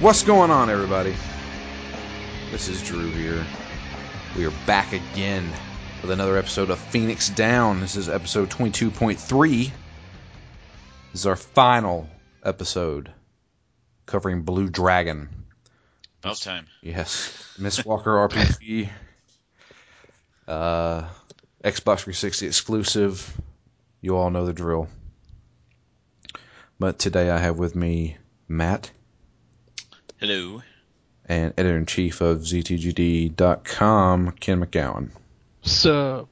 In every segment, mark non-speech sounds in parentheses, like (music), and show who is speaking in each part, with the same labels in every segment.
Speaker 1: What's going on, everybody? This is Drew here. We are back again with another episode of Phoenix Down. This is episode 22.3. This is our final episode covering Blue Dragon.
Speaker 2: About time.
Speaker 1: Yes, Miss Walker RPG, uh, Xbox 360 exclusive. You all know the drill. But today I have with me Matt
Speaker 2: Hello.
Speaker 1: and editor in chief of ZTGD.com, Ken McGowan.
Speaker 3: So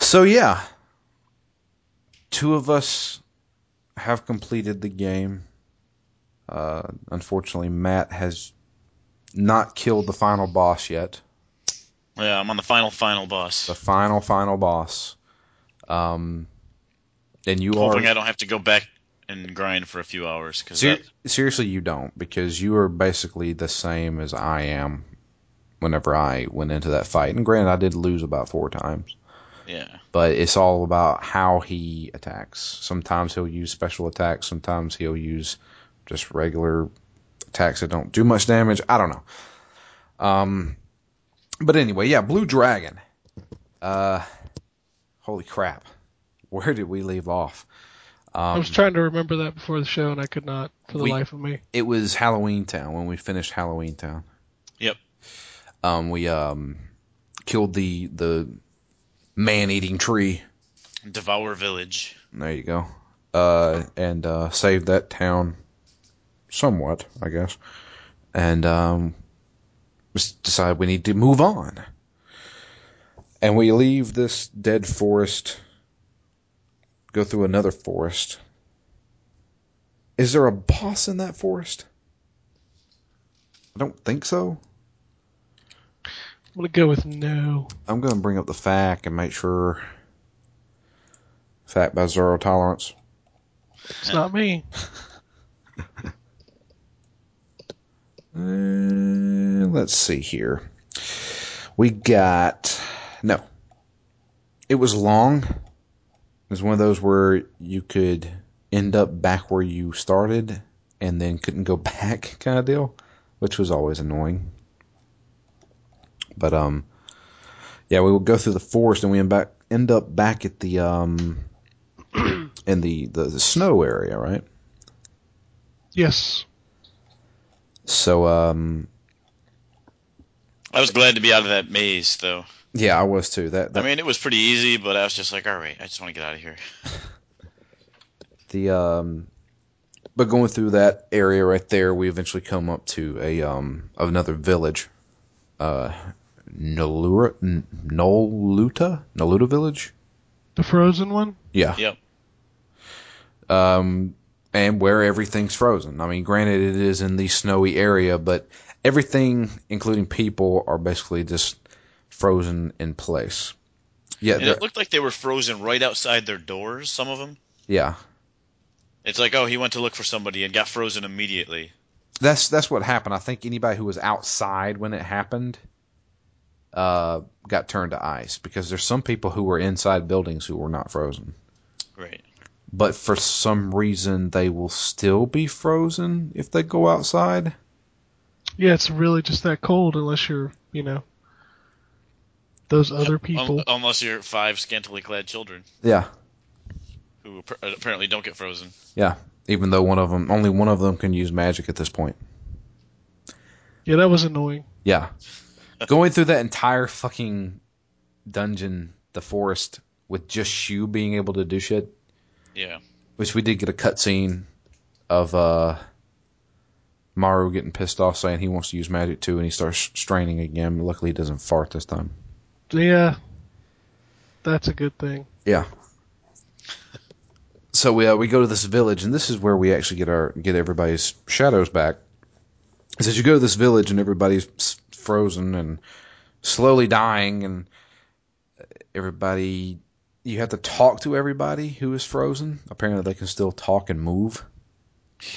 Speaker 1: So yeah, two of us have completed the game. Uh, unfortunately, Matt has not killed the final boss yet.
Speaker 2: Yeah, I'm on the final, final boss.
Speaker 1: The final, final boss. Um, and you
Speaker 2: Hoping
Speaker 1: are
Speaker 2: I don't have to go back and grind for a few hours because
Speaker 1: ser- seriously, you don't because you are basically the same as I am. Whenever I went into that fight, and granted, I did lose about four times.
Speaker 2: yeah,
Speaker 1: but it's all about how he attacks. Sometimes he'll use special attacks, sometimes he'll use just regular attacks that don't do much damage. I don't know. Um, but anyway, yeah, Blue Dragon. Uh, holy crap. Where did we leave off?
Speaker 3: I
Speaker 1: Um,
Speaker 3: was trying to remember that before the show, and I could not for the
Speaker 1: We-
Speaker 3: life of me.
Speaker 1: it was Halloween Town when we finished Halloween Town.
Speaker 2: Yep.
Speaker 1: Um, we um killed the the man eating tree.
Speaker 2: devour village.
Speaker 1: There you go. Uh, and uh, saved that town somewhat, I guess. And um, just decided we need to move on. And we leave this dead forest, go through another forest. Is there a boss in that forest? I don't think so.
Speaker 3: I'm gonna go with no.
Speaker 1: I'm going to bring up the fact and make sure. Fact by zero tolerance.
Speaker 3: It's not me.
Speaker 1: Uh, let's see here. We got no. It was long. It was one of those where you could end up back where you started and then couldn't go (laughs) back kind of deal, which was always annoying. But um yeah, we would go through the forest and we end back end up back at the um in the, the, the snow area, right?
Speaker 3: Yes.
Speaker 1: So um
Speaker 2: I was glad to be out of that maze, though.
Speaker 1: yeah, I was too. That, that
Speaker 2: I mean, it was pretty easy, but I was just like, all right, I just want to get out of here.
Speaker 1: the um but going through that area right there we eventually come up to a um another village uh Nolura, N- Noluta Noluta village
Speaker 3: The frozen one?
Speaker 1: yeah
Speaker 2: Yep.
Speaker 1: um and where everything's frozen I mean granted it is in the snowy area but everything including people are basically just frozen in place yeah
Speaker 2: And
Speaker 1: there-
Speaker 2: it looked like they were frozen right outside their doors. Some of them.
Speaker 1: yeah
Speaker 2: It's like, oh, he went to look for somebody and got frozen immediately.
Speaker 1: that's that's what happened. I think anybody who was outside when it happened uh, got turned to ice because there's some people who were inside buildings who were not frozen,
Speaker 2: Right.
Speaker 1: but for some reason they will still be frozen if they go outside.
Speaker 3: Yeah, it's really just that cold unless you're, you know, those
Speaker 1: Um,
Speaker 3: other people.
Speaker 2: Un- unless you're five scantily clad children
Speaker 1: Yeah,
Speaker 2: who ap- apparently don't get frozen.
Speaker 1: yeah. Even though one of them, only one of them can use magic at this point.
Speaker 3: Yeah, that was annoying.
Speaker 1: Yeah. Going through that entire fucking dungeon, the forest, with just Shu being able to do shit,
Speaker 2: Yeah. (laughs)
Speaker 1: which we did get a cutscene of uh, Maru getting pissed off, saying he wants to use magic too, and he starts straining again. Luckily, he doesn't fart this time.
Speaker 3: Yeah, that's a good thing.
Speaker 1: So we uh, we go to this village, and this is where we actually get our get everybody's shadows back. It says you go to this village, and everybody's s- frozen and slowly dying, and everybody. You have to talk to everybody who is frozen. Apparently, they can still talk and move.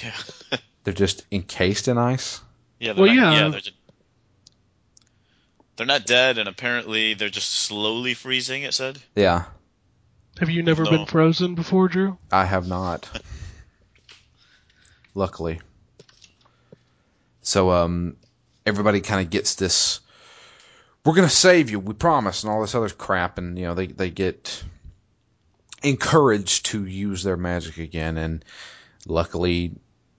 Speaker 2: Yeah.
Speaker 1: They're just encased in ice.
Speaker 2: Yeah, they're
Speaker 3: Well,
Speaker 2: not,
Speaker 3: yeah.
Speaker 2: they're, ju- they're not dead, and apparently they're just slowly freezing. It said.
Speaker 1: Yeah.
Speaker 3: Have you never
Speaker 2: No.
Speaker 3: been frozen before, Drew?
Speaker 1: I have not. Luckily. So um, everybody kind of gets this. We're gonna save you, we promise, and all this other crap, and you know they they get encouraged to use their magic again, and luckily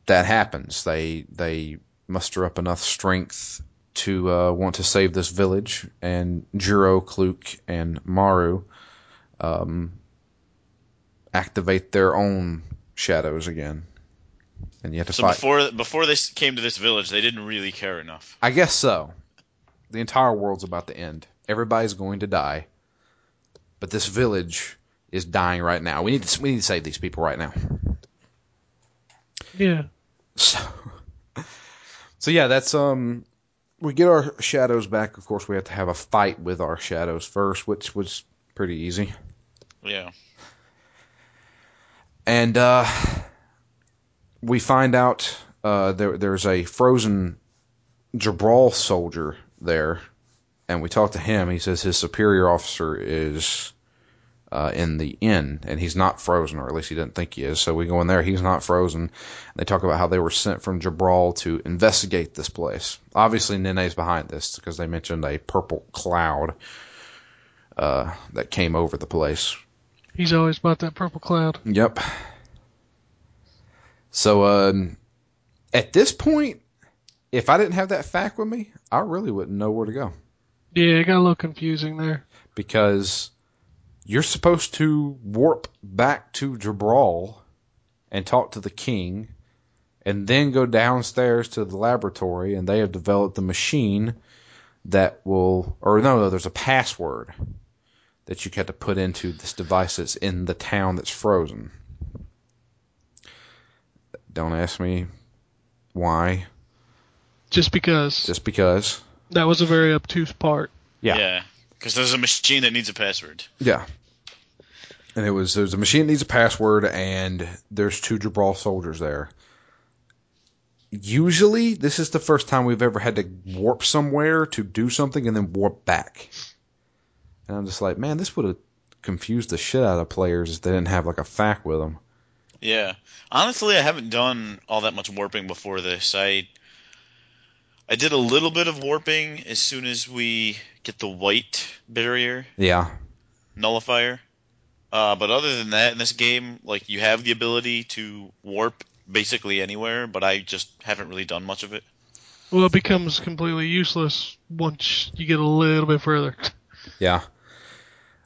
Speaker 1: that happens. They they muster up enough strength to uh, want to save this village, and Juro, Kluk, and Maru um, activate their own shadows again, and you have to
Speaker 2: So
Speaker 1: fight.
Speaker 2: before before they s- came to this village, they didn't really care enough.
Speaker 1: I guess so. The entire world's about to end. Everybody's going to die, but this village is dying right now. We need to we need to save these people right now.
Speaker 3: Yeah.
Speaker 1: So, (laughs) so yeah, that's um. We get our shadows back. Of course, we have to have a fight with our shadows first, which was pretty easy.
Speaker 2: Yeah.
Speaker 1: And uh, we find out uh, there, there's a frozen Jabral soldier there, and we talk to him. He says his superior officer is uh, in the inn, and he's not frozen, or at least he doesn't think he is. So we go in there. He's not frozen. They talk about how they were sent from Jabral to investigate this place. Obviously, Nene's behind this because they mentioned a purple cloud uh, that came over the place.
Speaker 3: He's always about that purple cloud.
Speaker 1: Yep. So um, at this point, if I didn't have that fact with me, I really wouldn't know where to go
Speaker 3: Yeah, it got a little confusing there.
Speaker 1: because you're supposed to warp back to Jabral and talk to the king, and then go downstairs to the laboratory, and they have developed the machine that will, or no, no, there's a password that you had to put into this device that's in the town that's frozen. Don't ask me why,
Speaker 3: Just because
Speaker 1: just because.
Speaker 3: that was a very obtuse part.
Speaker 1: Yeah.
Speaker 2: Yeah. Because there's a machine that needs a password.
Speaker 1: Yeah. And it was there's a machine that needs a password and there's two Jabral soldiers there. Usually this is the first time we've ever had to warp somewhere to do something and then warp back. And I'm just like, man, this would have confused the shit out of players if they didn't have like a fact with them.
Speaker 2: Yeah. Honestly, I haven't done all that much warping before this. I I did a little bit of warping as soon as we get the white barrier
Speaker 1: Yeah.
Speaker 2: nullifier. Uh, but other than that, in this game, like you have the ability to warp basically anywhere, but I just haven't really done much of it.
Speaker 3: Well, it becomes completely useless once you get a little bit further.
Speaker 1: Yeah.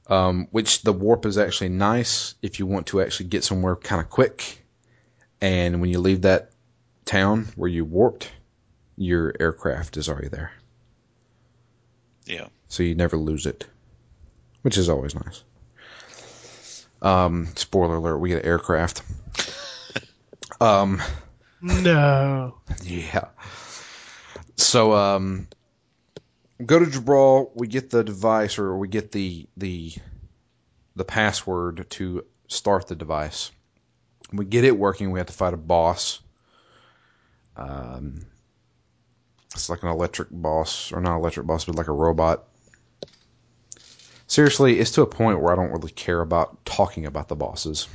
Speaker 1: Um, which the warp is actually nice if you want to actually get somewhere kind of quick. And when you leave that town where you warped, your aircraft is already there.
Speaker 2: Yeah.
Speaker 1: So you never lose it, which is always nice. Um, spoiler alert, we get an aircraft. (laughs) um,
Speaker 3: No.
Speaker 1: yeah. So um, go to Jabral. We get the device, or we get the the the password to start the device. We get it working. We have to fight a boss. Um, it's like an electric boss, or not electric boss, but like a robot. Seriously, it's to a point where I don't really care about talking about the bosses.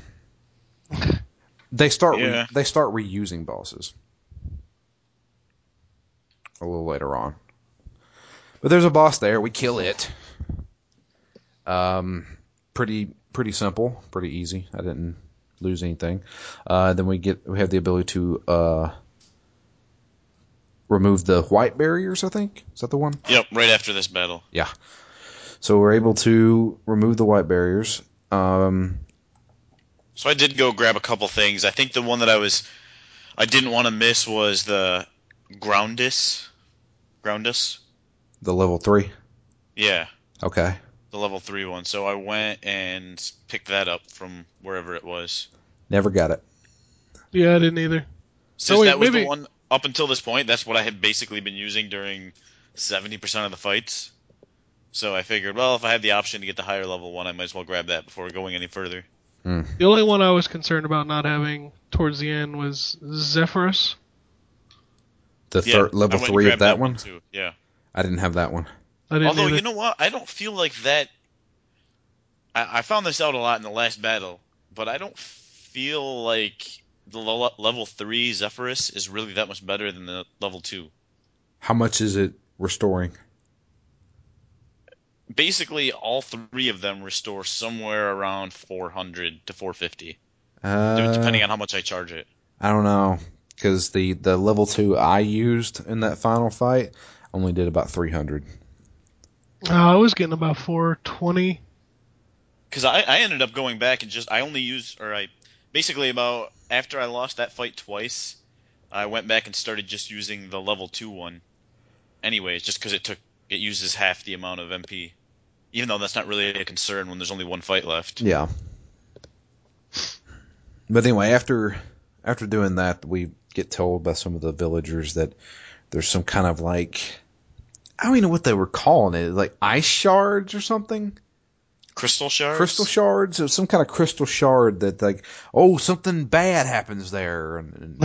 Speaker 1: They start re-
Speaker 2: Yeah.
Speaker 1: they start reusing bosses a little later on. But there's a boss there. We kill it. Um, pretty pretty simple, pretty easy. I didn't lose anything. Uh, then we get we have the ability to uh, remove the white barriers. I think is that the one.
Speaker 2: Yep. Right after this battle.
Speaker 1: So we're able to remove the white barriers. Um,
Speaker 2: So I did go grab a couple things. I think the one that I was I didn't want to miss was the Groundus. Groundus?
Speaker 1: the level three.
Speaker 2: Yeah,
Speaker 1: Okay.
Speaker 2: the level 3 one. So I went and picked that up from wherever it was.
Speaker 1: Never got it.
Speaker 3: Yeah, I didn't either.
Speaker 2: Since
Speaker 3: wait,
Speaker 2: that was
Speaker 3: maybe-
Speaker 2: the one up until this point, that's what I had basically been using during 70% of the fights. So I figured, well, if I had the option to get the higher level one, I might as well grab that before going any further.
Speaker 3: The only one I was concerned about not having towards the end was Zephyrus.
Speaker 1: The
Speaker 2: Yeah,
Speaker 1: third
Speaker 2: I
Speaker 1: level
Speaker 2: went and
Speaker 1: three of
Speaker 2: grabbed
Speaker 1: that one.
Speaker 2: too. Yeah.
Speaker 1: I didn't have that one.
Speaker 3: I didn't
Speaker 2: Although
Speaker 3: either.
Speaker 2: you know what, I don't feel like that. I, I found this out a lot in the last battle, but I don't feel like the le- level three Zephyrus is really that much better than the level two.
Speaker 1: How much is it restoring?
Speaker 2: Basically, all three of them restore somewhere around 400 to 450,
Speaker 1: Uh,
Speaker 2: depending on how much I charge it.
Speaker 1: I don't know because the the level two I used in that final fight only did about three hundred.
Speaker 3: Uh, I was getting about 420.
Speaker 2: Because I, I ended up going back and just I only used or I basically about after I lost that fight twice, I went back and started just using the level two one. Anyways, just because it took it uses half the amount of MP, even though that's not really a concern when there's only one fight left.
Speaker 1: Yeah. But anyway, after after doing that, we get told by some of the villagers that there's some kind of like I don't even know what they were calling it, like ice shards or something.
Speaker 2: Crystal shards.
Speaker 1: Crystal shards, or some kind of crystal shard that like, oh, something bad happens there, and, and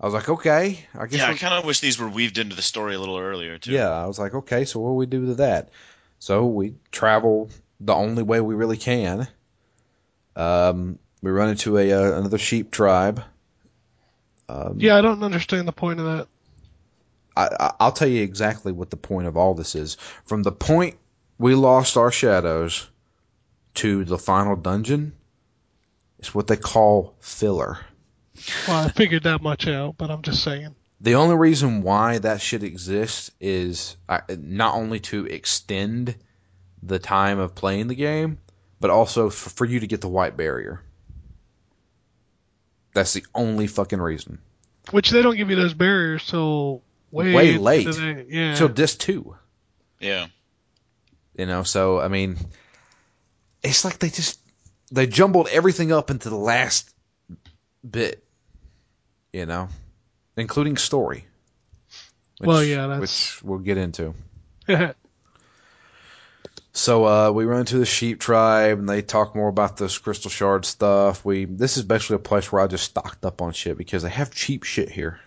Speaker 1: I was like, okay, I guess
Speaker 2: Yeah, I
Speaker 1: we're-
Speaker 2: kind of wish these were weaved into the story a little earlier too.
Speaker 1: Yeah, I was like, okay, so what do we do to that? So we travel the only way we really can. Um, we run into a uh, another sheep tribe. Um,
Speaker 3: Yeah, I don't understand the point of that.
Speaker 1: I, I, I'll tell you exactly what the point of all this is. From the point we lost our shadows to the final dungeon, it's what they call filler.
Speaker 3: Well, I figured that much out, but I'm just saying.
Speaker 1: The only reason why that should exist is uh, not only to extend the time of playing the game, but also for, for you to get the white barrier. That's the only fucking reason.
Speaker 3: Which they don't give you those barriers till way,
Speaker 1: Way
Speaker 3: into
Speaker 1: late.
Speaker 3: the- yeah.
Speaker 1: So disc two,
Speaker 2: Yeah.
Speaker 1: you know. So I mean, it's like they just they jumbled everything up into the last bit, you know, including story.
Speaker 3: Well, yeah, that's-
Speaker 1: which we'll get into.
Speaker 3: (laughs) yeah.
Speaker 1: So uh, we run into the sheep tribe, and they talk more about this crystal shard stuff. We this is basically a place where I just stocked up on shit because they have cheap shit here.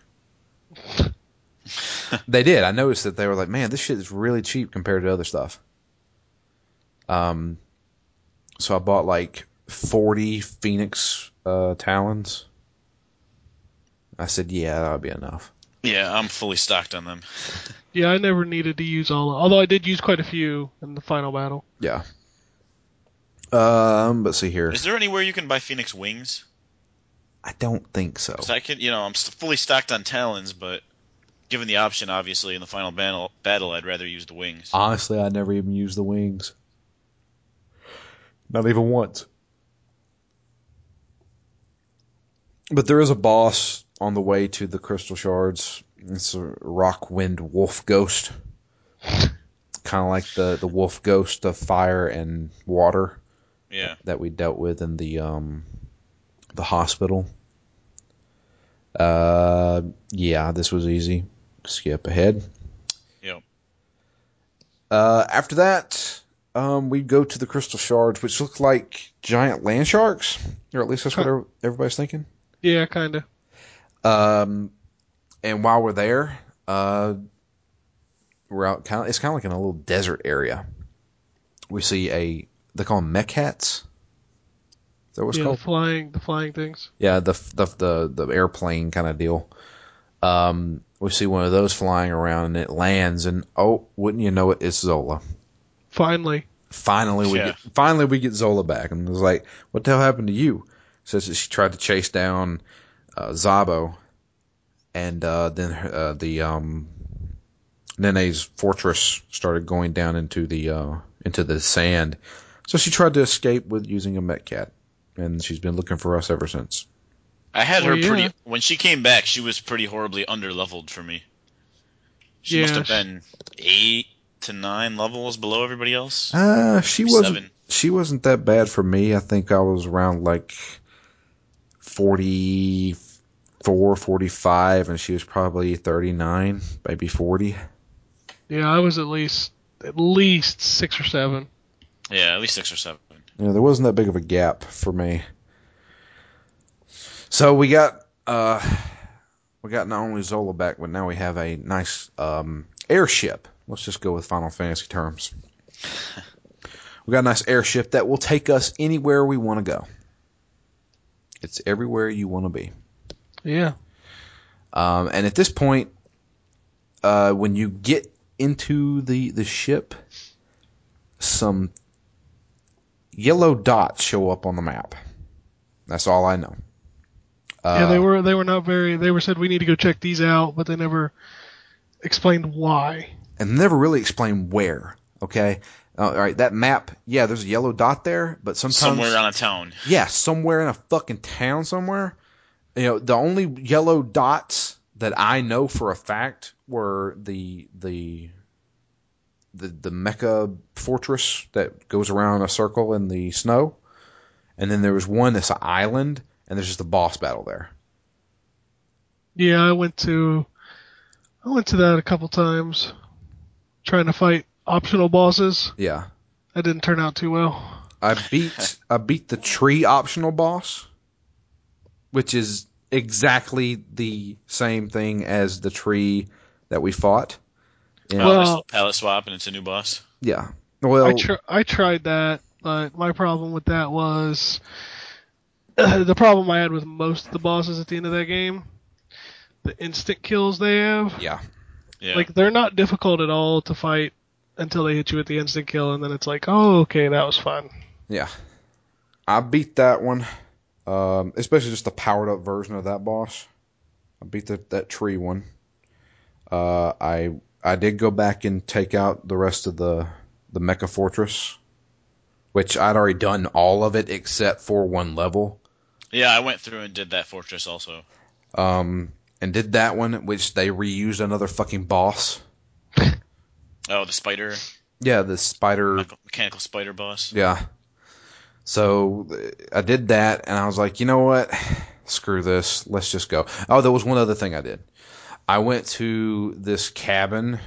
Speaker 1: they did. I noticed that they were like, "Man, this shit is really cheap compared to other stuff." Um, so I bought like forty phoenix uh, talons. I said, "Yeah, that'll be enough."
Speaker 2: Yeah, I'm fully stocked on them.
Speaker 3: I never needed to use all. Although I did use quite a few in the final battle.
Speaker 1: Yeah. Um, but see here,
Speaker 2: Is there anywhere you can buy Phoenix wings?
Speaker 1: I don't think so.
Speaker 2: 'Cause I could, you know, I'm s- fully stocked on talons, but given the option, obviously, in the final battle, battle I'd rather use the wings.
Speaker 1: Honestly, I never even used the wings. Not even once. But there is a boss on the way to the crystal shards. It's a rock wind wolf ghost. kind of like the, the wolf ghost of fire and water
Speaker 2: Yeah.
Speaker 1: that we dealt with in the um the hospital. Uh yeah, this was easy. Skip ahead.
Speaker 2: Yep.
Speaker 1: Uh after that, um we go to the crystal shards which look like giant land sharks, or at least that's what
Speaker 3: Huh.
Speaker 1: ev- everybody's thinking.
Speaker 3: Yeah, kind of.
Speaker 1: Um and while we're there, uh we're out kind of it's kind of like in a little desert area. We see a they call them mech hats. Is that what's
Speaker 3: Yeah,
Speaker 1: called?
Speaker 3: the flying, the flying things.
Speaker 1: Yeah, the the the, the airplane kind of deal. Um, we see one of those flying around, and it lands, and oh, wouldn't you know it? It's Zola.
Speaker 3: Finally,
Speaker 1: Finally, we
Speaker 2: Yeah.
Speaker 1: get, finally we get Zola back, and it was like, "What the hell happened to you?" Says that she tried to chase down uh, Zabo, and uh, then her- uh, the um, Nene's fortress started going down into the uh, into the sand. So she tried to escape with using a Metcat, and she's been looking for us ever since.
Speaker 2: I had her
Speaker 3: Well, yeah.
Speaker 2: pretty. When she came back, she was pretty horribly underleveled for me. She must
Speaker 3: Yeah,
Speaker 2: have
Speaker 3: she-
Speaker 2: been eight to nine levels below everybody else.
Speaker 1: Uh, she
Speaker 2: Maybe
Speaker 1: wasn't.
Speaker 2: seven.
Speaker 1: She wasn't that bad for me. I think I was around like 44, 45, and she was probably 39, maybe 40.
Speaker 3: yeah, I was at least at least six or seven.
Speaker 2: Yeah, at least six or seven.
Speaker 1: You know, there wasn't that big of a gap for me. So we got uh, we got not only Zola back, but now we have a nice um airship. Let's just go with Final Fantasy terms. we got a nice airship that will take us anywhere we want to go. It's everywhere you want to be.
Speaker 3: Yeah,
Speaker 1: Um, and at this point, uh, when you get into the the ship, some yellow dots show up on the map. That's all I know. Uh,
Speaker 3: yeah, they were they were not very. They were said we need to go check these out, but they never explained why.
Speaker 1: and never really explain where. Okay, uh, all right, that map. Yeah, there's a yellow dot there, but sometimes
Speaker 2: somewhere on a town.
Speaker 1: yeah, somewhere in a fucking town somewhere. You know, the only yellow dots that I know for a fact were the the the the mecha fortress that goes around a circle in the snow, and then there was one that's an island, and there's just a boss battle there.
Speaker 3: Yeah, I went to I went to that a couple times, trying to fight optional bosses.
Speaker 1: Yeah,
Speaker 3: That didn't turn out too well.
Speaker 1: I beat I beat the tree optional boss, which is exactly the same thing as the tree that we fought. Yeah.
Speaker 2: Well,
Speaker 3: Well-
Speaker 2: there's palette swap and it's a new boss.
Speaker 1: Yeah. Well,
Speaker 3: I tr- I tried that, but my problem with that was (clears throat) the problem I had with most of the bosses at the end of that game. The instant kills they have,
Speaker 1: yeah.
Speaker 2: Yeah.
Speaker 3: like they're not difficult at all to fight until they hit you with the instant kill, and then it's like, oh, okay, that was fun.
Speaker 1: Yeah. I beat that one. Um, especially just the powered up version of that boss. I beat the, that tree one. Uh, I I did go back and take out the rest of the the Mecha Fortress, which I'd already done all of it except for one level.
Speaker 2: yeah, I went through and did that fortress also.
Speaker 1: Um, and did that one, which they reused another fucking boss.
Speaker 2: Oh, the spider,
Speaker 1: Yeah, the spider.
Speaker 2: mechanical- mechanical spider boss.
Speaker 1: Yeah. So th- I did that, and I was like, you know what? Screw this. Let's just go. Oh, there was one other thing I did. I went to this cabin.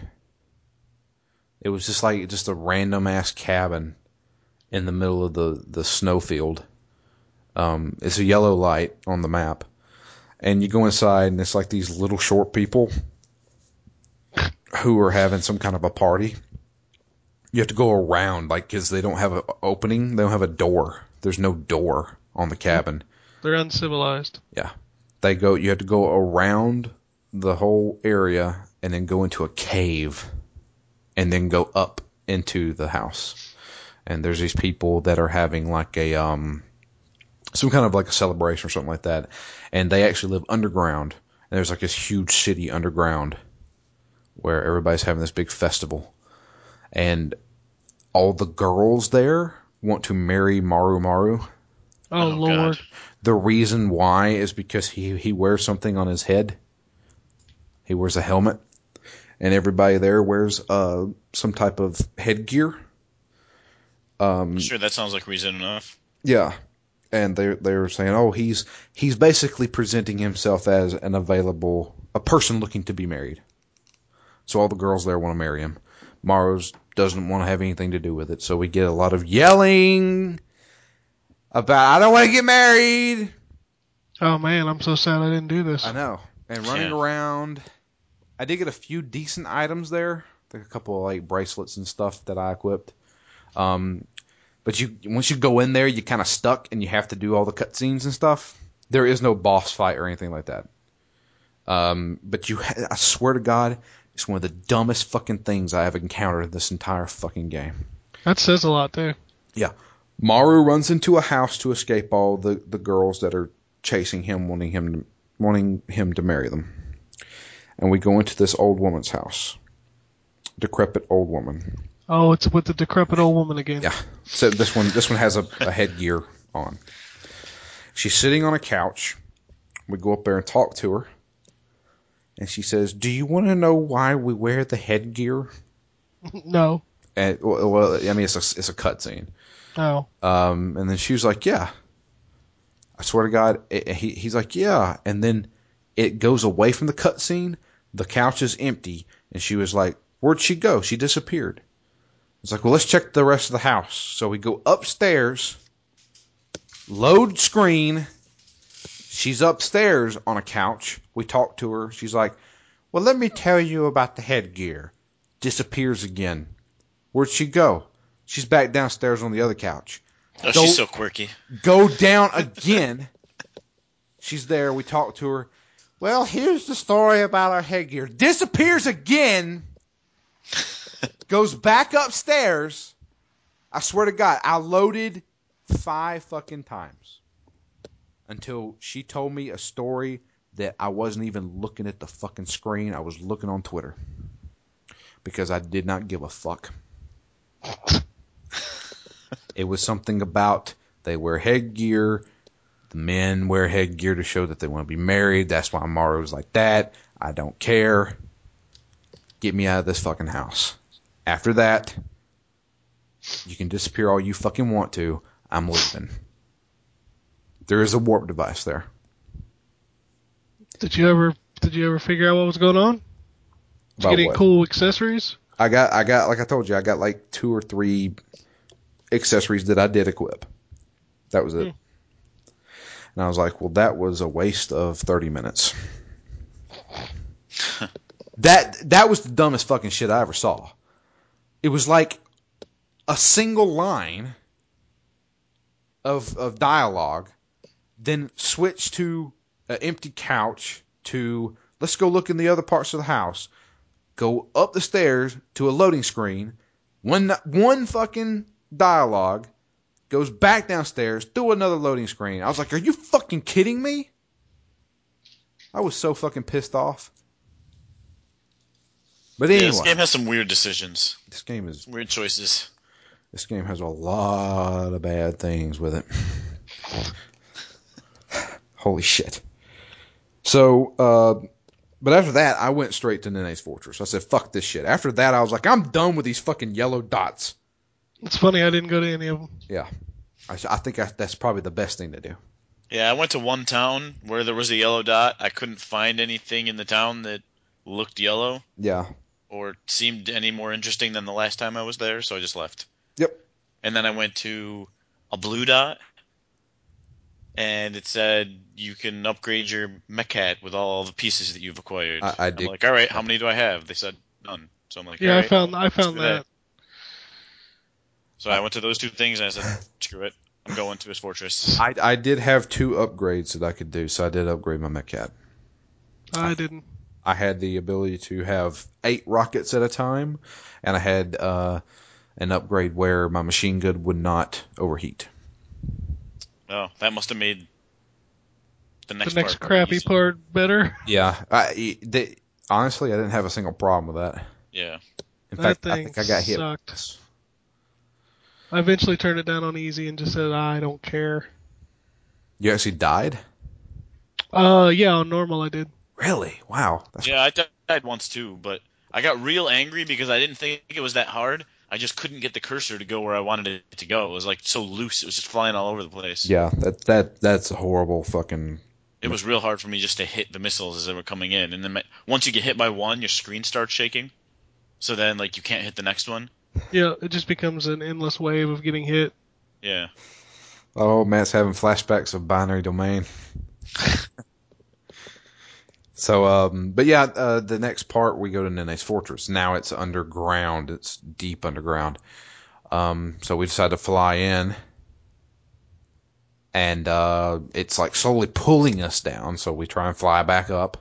Speaker 1: It was just like just a random ass cabin in the middle of the the snowfield. Um, it's a yellow light on the map, and you go inside, and it's like these little short people who are having some kind of a party you have to go around like because they don't have an opening they don't have a door there's no door on the cabin
Speaker 3: They're uncivilized.
Speaker 1: they go you have to go around the whole area and then go into a cave and then go up into the house and there's these people that are having like a um some kind of like a celebration or something like that and they actually live underground and there's like this huge city underground where everybody's having this big festival and all the girls there want to marry Maru Maru
Speaker 3: Oh,
Speaker 2: Oh,
Speaker 3: lord,
Speaker 2: God.
Speaker 1: the reason why is because he he wears something on his head. He wears a helmet, and everybody there wears uh some type of headgear.
Speaker 3: Mm.
Speaker 1: Um,
Speaker 2: Sure, that sounds like reason enough.
Speaker 1: yeah, and they they were saying, oh, he's he's basically presenting himself as an available a person looking to be married. So all the girls there want to marry him. Maros doesn't want to have anything to do with it, so we get a lot of yelling about I don't want to get married.
Speaker 3: oh man, I'm so sad I didn't do this.
Speaker 1: I know. And running
Speaker 2: Yeah.
Speaker 1: around, I did get a few decent items there, like a couple of like bracelets and stuff that I equipped. Um, but you once you go in there, you kind of stuck, and you have to do all the cutscenes and stuff. There is no boss fight or anything like that. Um, but you, ha- I swear to God, it's one of the dumbest fucking things I have encountered this entire fucking game.
Speaker 3: That says a lot too.
Speaker 1: Maru runs into a house to escape all the, the girls that are chasing him, wanting him to, wanting him to marry them. And we go into this old woman's house, decrepit old woman.
Speaker 3: Oh, it's with the decrepit old woman again.
Speaker 1: Yeah. So this one this one has a, a headgear on. She's sitting on a couch. We go up there and talk to her, and she says, "Do you want to know why we wear the headgear?"
Speaker 3: (laughs) No,
Speaker 1: And well, well, I mean, it's a it's a cutscene.
Speaker 3: no.
Speaker 1: Um, and then she was like, "Yeah." I swear to God, it, he, he's like, "Yeah." And then it goes away from the cutscene. The couch is empty, and she was like, "Where'd she go? She disappeared." It's like, "Well, let's check the rest of the house." So we go upstairs, load screen. She's upstairs on a couch. We talk to her. She's like, "Well, let me tell you about the headgear." Disappears again. Where'd she go? She's back downstairs on the other couch
Speaker 2: Oh,
Speaker 1: Don't-
Speaker 2: she's so quirky. (laughs)
Speaker 1: go down again. She's there. We talk to her. Well, here's the story about our headgear. Disappears again, goes back upstairs. I swear to God, I loaded five fucking times until she told me a story that I wasn't even looking at the fucking screen. I was looking on Twitter because I did not give a fuck. it was something about they wear headgear. The men wear headgear to show that they want to be married. That's why Mario's like that. I don't care. Get me out of this fucking house. After that, you can disappear all you fucking want to. I'm leaving. There is a warp device there.
Speaker 3: Did you ever did you ever figure out what was going on? Did you
Speaker 1: About
Speaker 3: get any
Speaker 1: what?
Speaker 3: cool accessories?
Speaker 1: I got I got like I told you, I got like two or three accessories that I did equip. That was it. And I was like, well, that was a waste of thirty minutes. that that was the dumbest fucking shit I ever saw. It was like a single line of of dialogue, then switch to an empty couch to let's go look in the other parts of the house go up the stairs to a loading screen, one one fucking dialogue, goes back downstairs through another loading screen. I was like, "Are you fucking kidding me?" I was so fucking pissed off. But
Speaker 2: Yeah,
Speaker 1: anyway,
Speaker 2: this game has some weird decisions,
Speaker 1: this game is
Speaker 2: weird choices.
Speaker 1: this game has a lot of bad things with it. Holy shit. So, uh, but after that, I went straight to Nene's Fortress. I said, fuck this shit. After that, I was like, I'm done with these fucking yellow dots.
Speaker 3: It's funny I didn't go to any of them.
Speaker 1: I, s- I think I, that's probably the best thing to do.
Speaker 2: Yeah, I went to one town where there was a yellow dot. I couldn't find anything in the town that looked yellow
Speaker 1: Yeah.
Speaker 2: or seemed any more interesting than the last time I was there, so I just left.
Speaker 1: Yep.
Speaker 2: And then I went to a blue dot, and it said you can upgrade your mech hat with all the pieces that you've acquired.
Speaker 1: I- I
Speaker 2: am
Speaker 1: did-
Speaker 2: like, all right, how many do I have? They said none. So I'm like,
Speaker 3: Yeah,
Speaker 2: all
Speaker 3: I
Speaker 2: right.
Speaker 3: found I found
Speaker 2: do
Speaker 3: that.
Speaker 2: that. so I went to those two things, and I said, screw it. I'm going to his
Speaker 1: (laughs)
Speaker 2: fortress.
Speaker 1: I, I did have two upgrades that I could do, so I did upgrade my mech cat.
Speaker 3: I didn't.
Speaker 1: I had the ability to have eight rockets at a time, and I had uh, an upgrade where my machine gun would not overheat.
Speaker 2: Oh, that must have made the next,
Speaker 3: the next
Speaker 2: part
Speaker 3: crappy
Speaker 2: easy.
Speaker 3: part better. (laughs)
Speaker 1: Yeah, I, they, honestly, I didn't have a single problem with that.
Speaker 2: Yeah.
Speaker 1: In
Speaker 3: That
Speaker 1: fact,
Speaker 3: thing
Speaker 1: I think I got hit.
Speaker 3: sucked. I eventually turned it down on easy and just said I don't care.
Speaker 1: You actually died?
Speaker 3: Uh, yeah, on normal I did.
Speaker 1: Really? Wow. That's,
Speaker 2: Yeah, I di- died once too, but I got real angry because I didn't think it was that hard. I just couldn't get the cursor to go where I wanted it to go. It was like so loose; it was just flying all over the place.
Speaker 1: yeah. That that that's a horrible fucking.
Speaker 2: It was real hard for me just to hit the missiles as they were coming in. And then my, once you get hit by one, your screen starts shaking. So then, like, you can't hit the next one.
Speaker 3: Yeah, it just becomes an endless wave of getting hit.
Speaker 2: Yeah,
Speaker 1: Oh, Matt's having flashbacks of binary domain. (laughs) so, um, but yeah, uh, the next part we go to Nene's fortress. Now it's underground. It's deep underground. Um, so we decide to fly in. And uh, it's like slowly pulling us down, so we try and fly back up.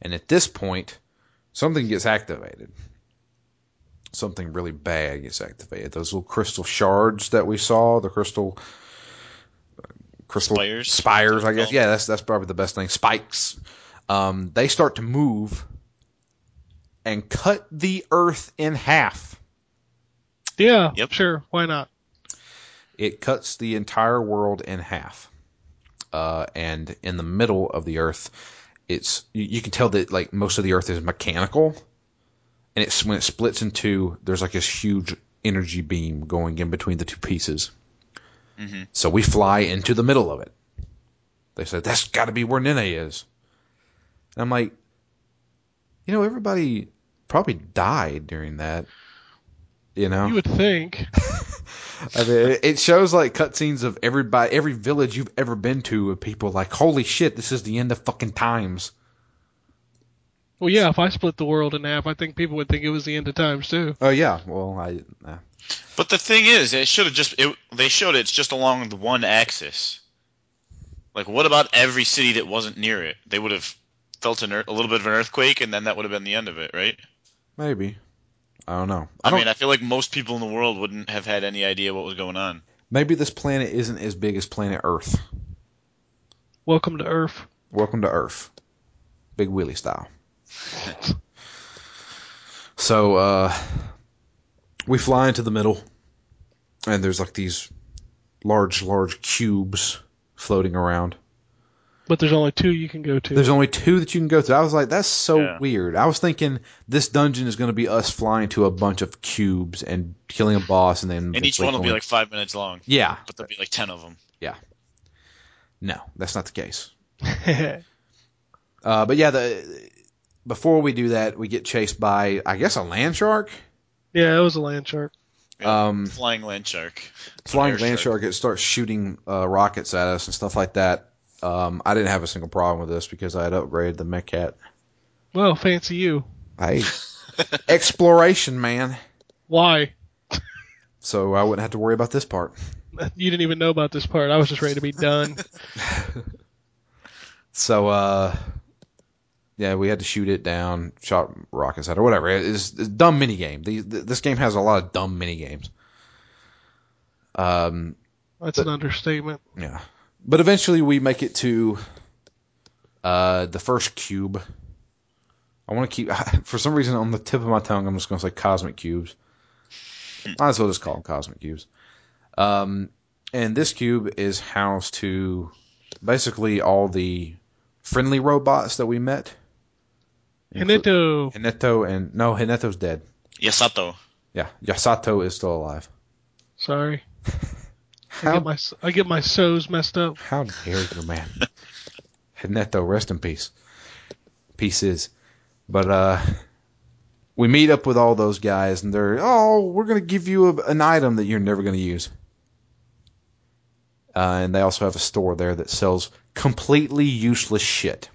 Speaker 1: And at this point, something gets activated. Something really bad gets activated. Those little crystal shards that we saw, the crystal uh, crystal
Speaker 2: Spires?
Speaker 1: spires, I
Speaker 2: They're
Speaker 1: guess.
Speaker 2: called.
Speaker 1: Yeah, that's that's probably the best thing. Spikes. Um, they start to move and cut the earth in half.
Speaker 3: Yeah,
Speaker 2: Yep.
Speaker 3: sure, why not?
Speaker 1: it cuts the entire world in half. Uh, and in the middle of the Earth, it's you, you can tell that like most of the Earth is mechanical, and it's when it splits in two, there's like this huge energy beam going in between the two pieces.
Speaker 2: Mhm.
Speaker 1: So we fly into the middle of it. They said that's got to be where Nene is. And I'm like, you know, everybody probably died during that. You know,
Speaker 3: You would think.
Speaker 1: I mean, it- it shows like cutscenes of everybody, every village you've ever been to, of people like, holy shit, this is the end of fucking times.
Speaker 3: Well, yeah, if I split the world in half, I think people would think it was the end of times too.
Speaker 1: Oh yeah, well I, uh,
Speaker 2: but the thing is, it should have just. It, they showed it's just along the one axis. Like, what about every city that wasn't near it? They would have felt an ear- a little bit of an earthquake, and then that would have been the end of it, right?
Speaker 1: Maybe. I don't know. I,
Speaker 2: I,
Speaker 1: don't,
Speaker 2: mean, I feel like most people in the world wouldn't have had any idea what was going on.
Speaker 1: maybe this planet isn't as big as planet Earth.
Speaker 3: Welcome
Speaker 1: (laughs)
Speaker 3: to Earth.
Speaker 1: Welcome to Earth. Big Willie style. so uh we fly into the middle and there's like these large, large cubes floating around.
Speaker 3: But there's only two you can go to.
Speaker 1: There's only two that you can go through. I was like, that's so
Speaker 2: Yeah.
Speaker 1: weird. I was thinking this dungeon is going to be us flying to a bunch of cubes and killing a boss and then
Speaker 2: And each
Speaker 1: eventually
Speaker 2: one will be
Speaker 1: going-
Speaker 2: like five minutes long,
Speaker 1: yeah.
Speaker 2: but there'll be like ten of them.
Speaker 1: No, that's not the case. Uh, but yeah, the before we do that, we get chased by I guess a land shark,
Speaker 3: (laughs) yeah, it was a land shark.
Speaker 2: Yeah.
Speaker 1: um,
Speaker 2: Flying land shark.
Speaker 1: flying
Speaker 2: Air
Speaker 1: land shark. It starts shooting uh, rockets at us and stuff like that. Um, I didn't have a single problem with this because I had upgraded the mech cat.
Speaker 3: Well, fancy you.
Speaker 2: (laughs)
Speaker 1: Hey, exploration, man.
Speaker 3: Why?
Speaker 1: So I wouldn't have to worry about this part.
Speaker 3: You didn't even know about this part. I was just ready to
Speaker 1: (laughs)
Speaker 3: be done.
Speaker 1: So uh, yeah, we had to shoot it down, shot rockets at it, or whatever. It- It's, it's a dumb mini game. These, th- this game has a lot of dumb mini games. Um,
Speaker 3: That's an understatement.
Speaker 1: Yeah. But eventually we make it to uh, the first cube. I want to keep, (laughs) for some reason, on the tip of my tongue, I'm just going to say cosmic cubes. Might as well just call them cosmic cubes. Um, and this cube is housed to basically all the friendly robots that we met.
Speaker 3: Hineto.
Speaker 1: Hineto and, no, Hineto's dead.
Speaker 2: Yasato.
Speaker 1: Yeah. Yasato is still alive.
Speaker 3: Sorry. I
Speaker 1: How,
Speaker 3: get my I get my so's messed up.
Speaker 1: how dare you, man? Hineto, rest in peace. pieces. But uh, we meet up with all those guys, and they're oh, we're gonna give you a, an item that you're never gonna use. Uh, and they also have a store there that sells completely useless shit.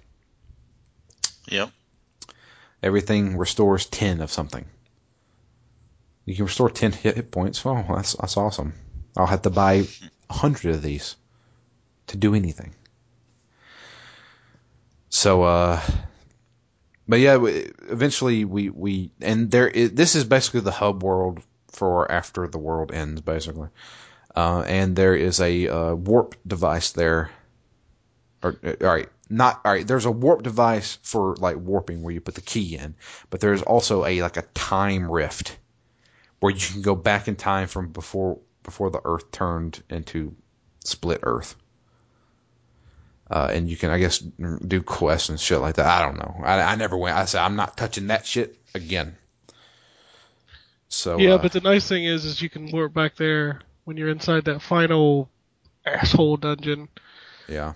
Speaker 2: Yep.
Speaker 1: Everything restores ten of something. You can restore ten hit, hit points. Oh, that's that's awesome. I'll have to buy a hundred of these to do anything. So, uh, but yeah, we, eventually we we and there is, this is basically the hub world for after the world ends, basically. Uh, and there is a uh, warp device there. Or, uh, all right, not all right. There's a warp device for like warping where you put the key in, but there's also a like a time rift where you can go back in time from before before the Earth turned into split Earth. Uh, and you can, I guess, do quests and shit like that. I don't know. I, I never went. I said I'm not touching that shit again. So
Speaker 3: yeah,
Speaker 1: uh,
Speaker 3: but the nice thing is, is you can warp back there when you're inside that final asshole dungeon,
Speaker 1: yeah,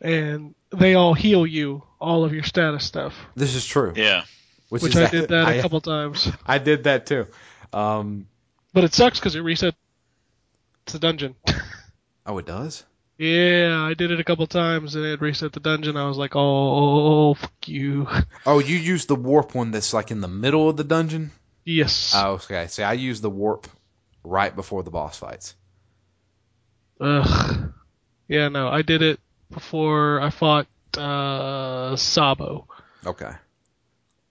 Speaker 3: and they all heal you all of your status stuff,
Speaker 1: this is true.
Speaker 2: Yeah.
Speaker 3: which
Speaker 1: is
Speaker 3: I did that
Speaker 1: I-
Speaker 3: a couple times.
Speaker 1: I did that too. Um,
Speaker 3: But it sucks because it resets the dungeon. (laughs)
Speaker 1: oh, it does.
Speaker 3: yeah, I did it a couple times and it reset the dungeon. I was like, oh, fuck you.
Speaker 1: Oh, you use the warp one that's like in the middle of the dungeon.
Speaker 3: Yes.
Speaker 1: Oh, okay. See, I use the warp right before the boss fights.
Speaker 3: Ugh. Yeah, no, I did it before I fought uh, Sabo,
Speaker 1: Okay.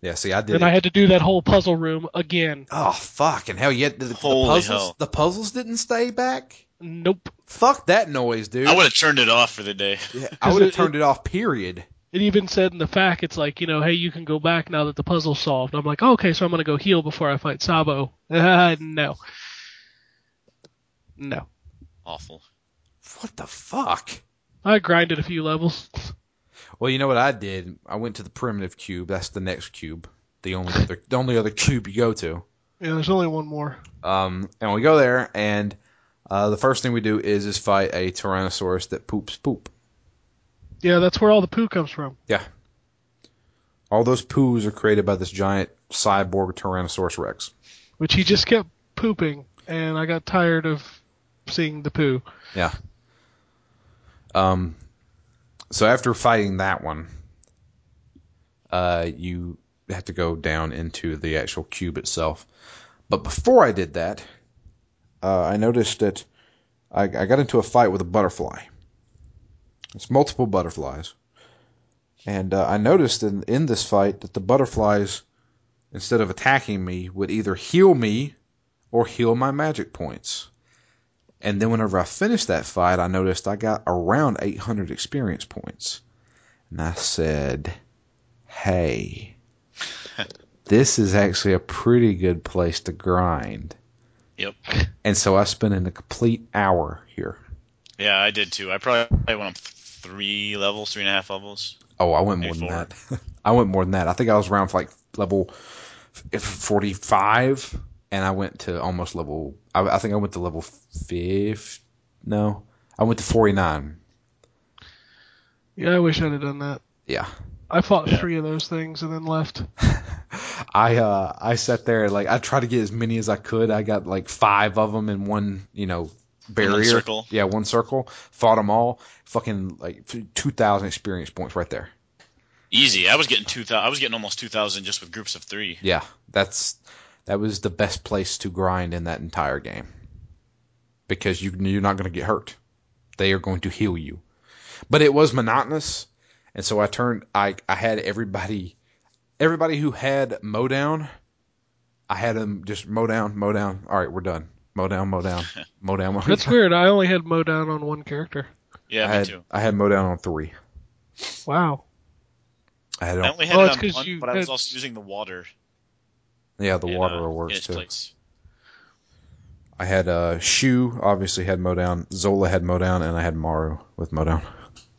Speaker 1: Yeah. See, I did.
Speaker 3: and
Speaker 1: it.
Speaker 3: I had to do that whole puzzle room again.
Speaker 1: oh fucking hell! Yet the, the
Speaker 2: Holy
Speaker 1: puzzles,
Speaker 2: hell.
Speaker 1: the puzzles didn't stay back.
Speaker 3: Nope.
Speaker 1: Fuck that noise, dude.
Speaker 2: I would have turned it off for the day.
Speaker 1: Yeah, I
Speaker 3: (laughs)
Speaker 1: would have
Speaker 3: it-
Speaker 1: turned it off. Period.
Speaker 3: It even said in the fact, it's like, you know, hey, you can go back now that the puzzle's solved. I'm like, okay, so I'm going to go heal before I fight Sabo. (laughs) Uh, no. No.
Speaker 2: Awful.
Speaker 1: What the fuck?
Speaker 3: I grinded a few levels.
Speaker 1: Well, you know what I did? I went to the primitive cube. That's the next cube. The only other, the only other cube you go to.
Speaker 3: Yeah, there's only one more.
Speaker 1: Um, and we go there, and uh, the first thing we do is is fight a Tyrannosaurus that poops poop.
Speaker 3: Yeah, that's where all the poo comes from.
Speaker 1: All those poos are created by this giant cyborg Tyrannosaurus Rex.
Speaker 3: Which he just kept pooping, and I got tired of seeing the poo.
Speaker 1: Um, so after fighting that one, uh, you have to go down into the actual cube itself. But before I did that, uh, I noticed that I, I got into a fight with a butterfly. It's multiple butterflies, And uh, I noticed in, in this fight that the butterflies, instead of attacking me, would either heal me or heal my magic points. And then whenever I finished that fight, I noticed I got around 800 experience points. And I said, hey, this is actually a pretty good place to grind.
Speaker 2: Yep.
Speaker 1: And so I spent in a complete hour here.
Speaker 2: Yeah, I did too. I probably went up three levels, three and a half levels.
Speaker 1: Oh, I went more
Speaker 2: Maybe
Speaker 1: than
Speaker 2: four.
Speaker 1: that. (laughs) I went more than that. I think I was around like level f- 45, and I went to almost level. I, I think I went to level 5. No, I went to 49.
Speaker 3: Yeah, I wish I'd have done that.
Speaker 1: Yeah.
Speaker 3: I fought
Speaker 2: Yeah.
Speaker 3: three of those things and then left.
Speaker 1: I uh I sat there like I tried to get as many as I could. I got like five of them in one you know barrier
Speaker 2: circle.
Speaker 1: Yeah, one circle. Fought them all. Fucking like two thousand experience points right there.
Speaker 2: Easy. I was getting two thousand. I was getting almost two thousand just with groups of three.
Speaker 1: Yeah, that's that was the best place to grind in that entire game because you you're not going to get hurt. They are going to heal you. But it was monotonous, and so I turned. I I had everybody, everybody who had mow down, I had them just mow down, mow down. All right, we're done. Mow down, mow
Speaker 2: (laughs)
Speaker 1: down, mow down. Mow
Speaker 3: (laughs) That's
Speaker 1: down.
Speaker 3: weird. I only had Mo down on one character.
Speaker 1: (laughs)
Speaker 2: Yeah,
Speaker 1: I
Speaker 2: me
Speaker 1: had
Speaker 2: too.
Speaker 1: I had mow down on three.
Speaker 3: Wow.
Speaker 1: I had it
Speaker 2: I
Speaker 1: on,
Speaker 2: only had
Speaker 3: Oh,
Speaker 2: it
Speaker 3: it's
Speaker 2: on
Speaker 3: 'cause
Speaker 2: one,
Speaker 3: you
Speaker 2: but I was
Speaker 3: had-
Speaker 2: also using the water.
Speaker 1: yeah the
Speaker 2: in,
Speaker 1: water
Speaker 2: uh, in
Speaker 1: works
Speaker 2: its
Speaker 1: too. (laughs)
Speaker 2: place.
Speaker 1: I had uh Shu obviously had mow down. Zola had mow down, and I had Maru with mow down.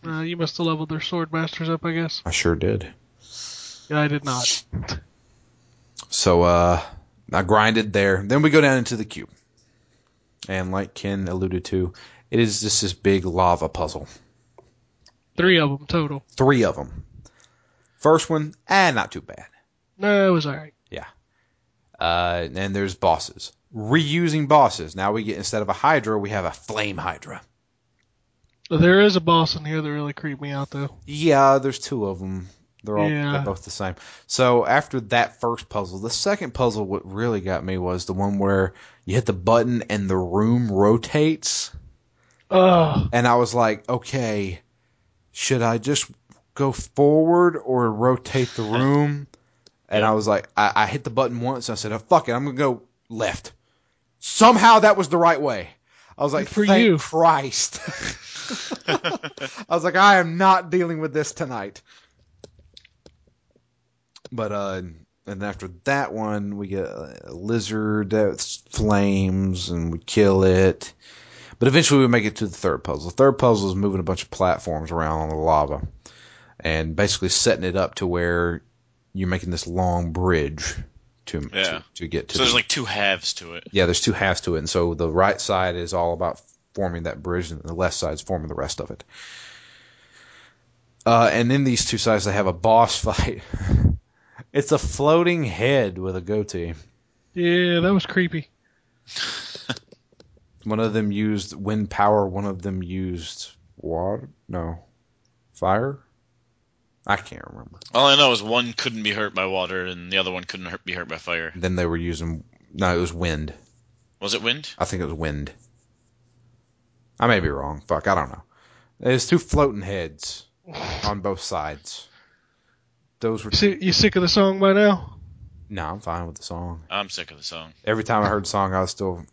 Speaker 3: Uh, you must have leveled their sword masters up, I guess.
Speaker 1: I sure did.
Speaker 3: Yeah, I did not.
Speaker 1: So uh, I grinded there. Then we go down into the cube, and like Ken alluded to, it is just this big lava puzzle.
Speaker 3: Three of them total.
Speaker 1: Three of them. First one, ah, not too bad.
Speaker 3: No, it was alright.
Speaker 1: Uh, and there's bosses. Reusing bosses. Now we get instead of a Hydra, we have a Flame Hydra.
Speaker 3: There is a boss in here that really creeped me out, though.
Speaker 1: Yeah, there's two of them. They're all
Speaker 3: Yeah.
Speaker 1: they're both the same. So after that first puzzle, the second puzzle, what really got me was the one where you hit the button and the room rotates.
Speaker 3: Oh,
Speaker 1: (gasps) and I was like, okay, should I just go forward or rotate the room? and I was like, I, I hit the button once. I said, oh, fuck it, I'm gonna go left. Somehow that was the right way. I was like,
Speaker 3: Good for
Speaker 1: thank
Speaker 3: you."
Speaker 1: Christ. (laughs) I was like, I am not dealing with this tonight. But uh, and after that one, we get a lizard that's flames, and we kill it. But eventually, we make it to the third puzzle. The third puzzle is moving a bunch of platforms around on the lava, and basically setting it up to where you're making this long bridge to
Speaker 2: Yeah.
Speaker 1: to, to get to.
Speaker 2: So there's
Speaker 1: the-
Speaker 2: like two halves to it.
Speaker 1: yeah, there's two halves to it, and so the right side is all about forming that bridge, and the left side's forming the rest of it. Uh, and in these two sides, they have a boss (laughs) fight. it's a floating head with a goatee.
Speaker 3: yeah, that was creepy.
Speaker 1: One of them used wind power. One of them used water. No, fire. I can't remember.
Speaker 2: All I know is one couldn't be hurt by water, and the other one couldn't hurt, be hurt by fire.
Speaker 1: Then they were using. No, it was wind.
Speaker 2: Was it wind?
Speaker 1: I think it was wind. I may be wrong. Fuck, I don't know. There's two floating heads on both sides. Those were.
Speaker 3: Si- you sick of the song by now?
Speaker 1: No, I'm fine with the song.
Speaker 2: I'm sick of the song.
Speaker 1: Every time I heard the song, I was still,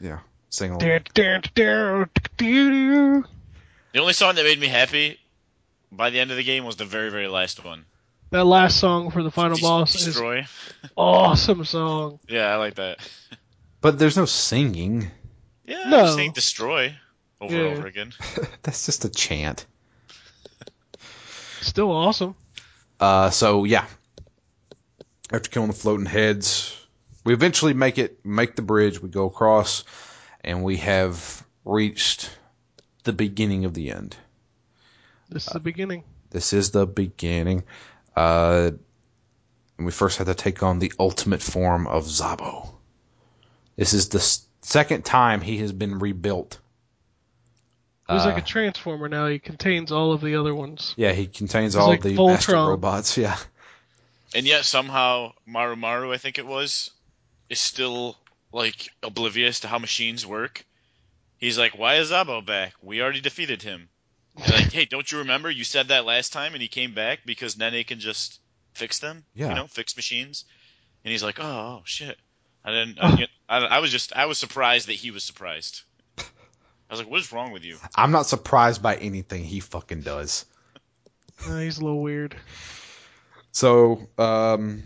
Speaker 1: yeah, singing. along.
Speaker 3: Dun, dun, dun, dun, dun.
Speaker 2: The only song that made me happy by the end of the game was the very, very last one.
Speaker 3: That last song for the final
Speaker 2: Des-
Speaker 3: boss is
Speaker 2: Destroy.
Speaker 3: awesome song.
Speaker 2: Yeah, I like that.
Speaker 1: But there's no singing.
Speaker 2: Yeah,
Speaker 3: No.
Speaker 2: I just think destroy over
Speaker 3: Yeah.
Speaker 2: and over again.
Speaker 1: That's just a chant.
Speaker 3: Still awesome.
Speaker 1: Uh, so yeah, after killing the floating heads, we eventually make it, make the bridge. We go across, and we have reached the beginning of the end.
Speaker 3: This is
Speaker 1: Uh,
Speaker 3: the beginning.
Speaker 1: This is the beginning. Uh, and we first had to take on the ultimate form of Zabo. This is the s- second time he has been rebuilt.
Speaker 3: He's
Speaker 1: Uh,
Speaker 3: like a transformer now. He contains all of the other ones.
Speaker 1: yeah, he contains
Speaker 3: He's
Speaker 1: all
Speaker 3: like
Speaker 1: the master
Speaker 3: Voltron.
Speaker 1: robots. (laughs) Yeah,
Speaker 2: And yet somehow Maru Maru, I think it was, is still like oblivious to how machines work. He's like, "Why is Zabo back? We already defeated him." And (laughs) like, hey, don't you remember you said that last time and he came back because Nene can just fix them?
Speaker 1: Yeah.
Speaker 2: You know, fix machines. And he's like, oh, oh, shit. I didn't. I, didn't- I, I was just. I was surprised that he was (laughs) surprised. I was like, what is wrong with you?
Speaker 1: I'm not surprised by anything he fucking does.
Speaker 3: Uh, he's a little weird.
Speaker 1: So, um,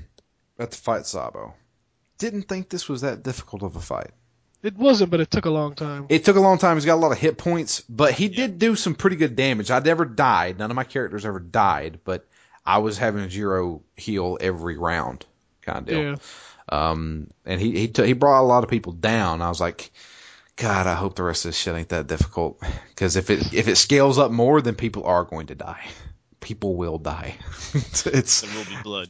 Speaker 1: at the fight, Sabo didn't think this was that difficult of a fight.
Speaker 3: It wasn't, but it took a long time.
Speaker 1: It took a long time. He's got a lot of hit points, but he did do some pretty good damage. I never died. None of my characters ever died, but I was having zero heal every round, kind of deal.
Speaker 3: yeah.
Speaker 1: Um, and he he took he brought a lot of people down. I was like, God, I hope the rest of this shit ain't that difficult. Because if it if it scales up more, then people are going to die. People will die. (laughs) it's it's
Speaker 2: There will be blood.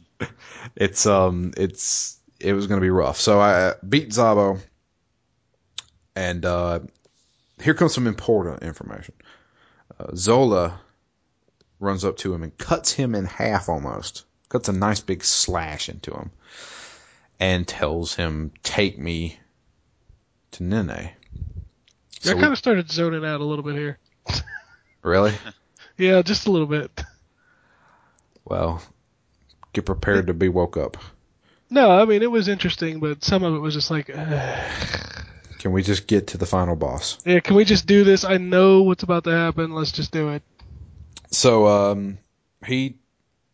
Speaker 1: it's um it's it was gonna be rough. So I beat Zabo, and uh, here comes some important information. Uh, Zola runs up to him and cuts him in half almost, cuts a nice big slash into him, and tells him, "Take me to Nene."
Speaker 3: I
Speaker 1: So-
Speaker 3: kind of started zoning out a little bit here.
Speaker 1: really?
Speaker 3: Yeah, just a little bit. (laughs)
Speaker 1: Well, get prepared to be woke up.
Speaker 3: No, I mean it was interesting, but some of it was just like, uh,
Speaker 1: Can we just get to the final boss?
Speaker 3: yeah, can we just do this? I know what's about to happen. Let's just do it.
Speaker 1: So um, he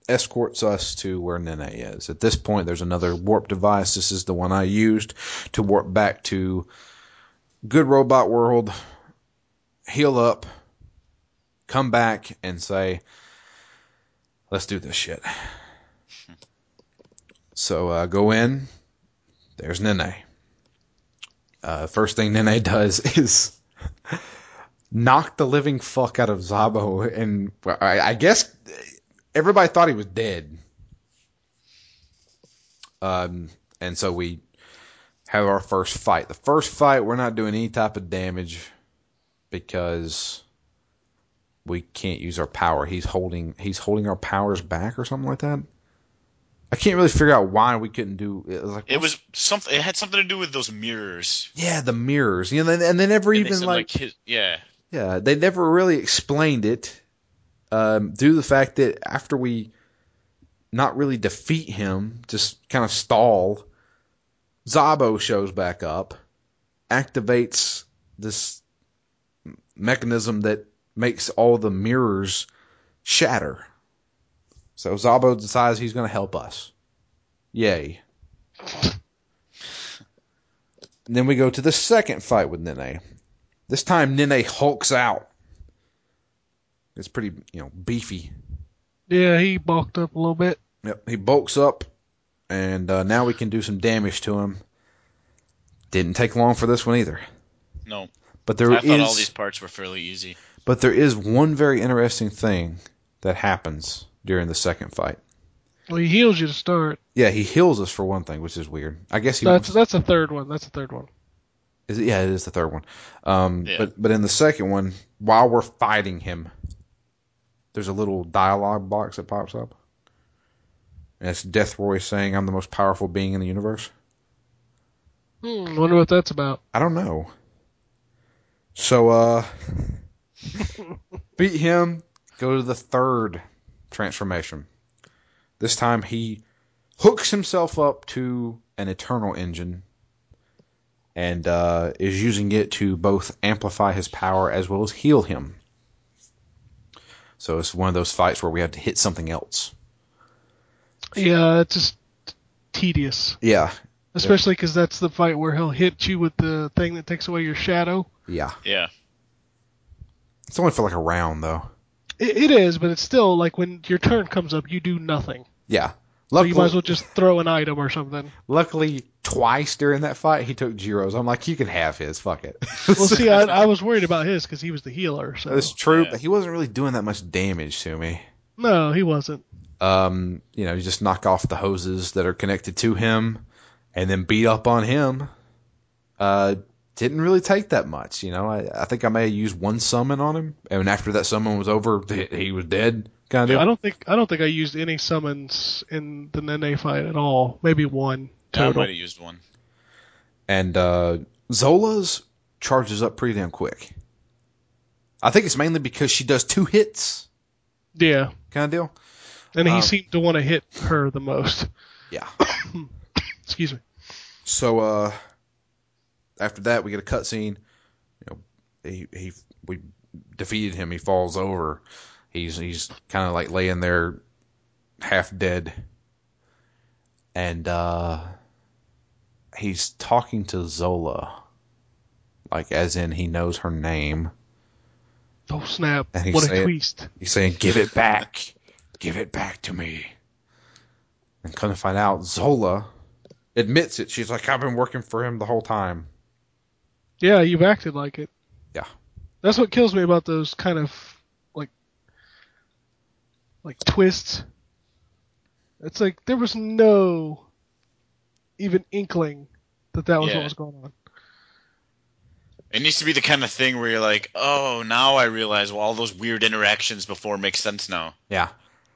Speaker 1: escorts us to where Nene is. At this point, there's another warp device. This is the one I used to warp back to Good Robot World, heal up, come back, and say, let's do this shit. So uh, go in. There's Nene. Uh, first thing Nene (laughs) does is knocked the living fuck out of Zabo, and well, I, I guess everybody thought he was dead. Um, and so we have our first fight. The first fight, we're not doing any type of damage because we can't use our power. He's holding he's holding our powers back or something like that. I can't really figure out why we couldn't do it. Was like,
Speaker 2: It was something. It had something to do with those mirrors.
Speaker 1: yeah, the mirrors, you know, and, and they never
Speaker 2: And they
Speaker 1: even
Speaker 2: said,
Speaker 1: like
Speaker 2: his, yeah,
Speaker 1: yeah, they never really explained it um, due to the fact that after we not really defeat him, just kind of stall, Zabo shows back up, activates this mechanism that makes all the mirrors shatter. So Zabo decides he's going to help us. Yay. And then we go to the second fight with Nene. This time Nene hulks out. It's pretty, you know, beefy.
Speaker 3: Yeah, he balked up a little bit.
Speaker 1: Yep, he bulks up, and uh, now we can do some damage to him. Didn't take long for this one either.
Speaker 2: No.
Speaker 1: but there
Speaker 2: I thought all
Speaker 1: is-
Speaker 2: these parts were fairly easy.
Speaker 1: But there is one very interesting thing that happens during the second fight.
Speaker 3: Well, he heals you to start.
Speaker 1: Yeah, he heals us for one thing, which is weird. I guess he
Speaker 3: That's that's a third one. That's a third one.
Speaker 1: Is it, yeah, it is the third one. Um,
Speaker 2: Yeah.
Speaker 1: but but in the second one, while we're fighting him, there's a little dialogue box that pops up, and it's Death Roy saying, "I'm the most powerful being in the universe."
Speaker 3: Hmm, wonder what that's about.
Speaker 1: I don't know. So
Speaker 3: (laughs)
Speaker 1: uh, beat him. Go to the third transformation. This time he hooks himself up to an eternal engine and uh, is using it to both amplify his power as well as heal him. So it's one of those fights where we have to hit something else.
Speaker 3: Yeah, it's just tedious,
Speaker 1: Yeah,
Speaker 3: especially because that's the fight where he'll hit you with the thing that takes away your shadow.
Speaker 1: yeah.
Speaker 2: Yeah.
Speaker 1: It's only for like a round though.
Speaker 3: It, it is, but it's still like when your turn comes up, you do nothing.
Speaker 1: Yeah.
Speaker 3: So you might as well just throw an item or something.
Speaker 1: Luckily, twice during that fight, he took Jiro's. I'm like, you can have his. Fuck it. (laughs)
Speaker 3: Well, see, I, I was worried about his because he was the healer. So
Speaker 1: That's true,
Speaker 2: Yeah.
Speaker 1: but he wasn't really doing that much damage to me.
Speaker 3: no, he wasn't.
Speaker 1: Um, you know, you just knock off the hoses that are connected to him, and then beat up on him. Uh, didn't really take that much. You know, I, I think I may have used one summon on him, and after that summon was over, he, he was dead. Kind of.
Speaker 3: I don't think I don't think I used any summons in the Nene fight at all. Maybe one
Speaker 2: I
Speaker 3: total.
Speaker 2: might have used one.
Speaker 1: And uh, Zola's charges up pretty damn quick. I think it's mainly because she does two hits
Speaker 3: Yeah,
Speaker 1: kind of deal.
Speaker 3: and
Speaker 1: Um,
Speaker 3: he seemed to want to hit her the most.
Speaker 1: Yeah.
Speaker 3: (coughs) Excuse me.
Speaker 1: So uh, after that, we get a cutscene. You know, he he we defeated him. He falls over. He's he's kind of like laying there, half dead. And uh, he's talking to Zola, like as in he knows her name.
Speaker 3: Oh snap!
Speaker 1: And he
Speaker 3: What
Speaker 1: said-
Speaker 3: a twist.
Speaker 1: He's saying, "Give it back, give it back to me." And come to find out, Zola admits it. She's like, "I've been working for him the whole time."
Speaker 3: Yeah, you've acted like it.
Speaker 1: Yeah.
Speaker 3: That's what kills me about those kind of like like twists. It's like there was no even inkling that that was
Speaker 2: Yeah.
Speaker 3: what was going on.
Speaker 2: It needs to be the kind of thing where you're like, oh, now I realize well, all those weird interactions before make sense now.
Speaker 1: Yeah.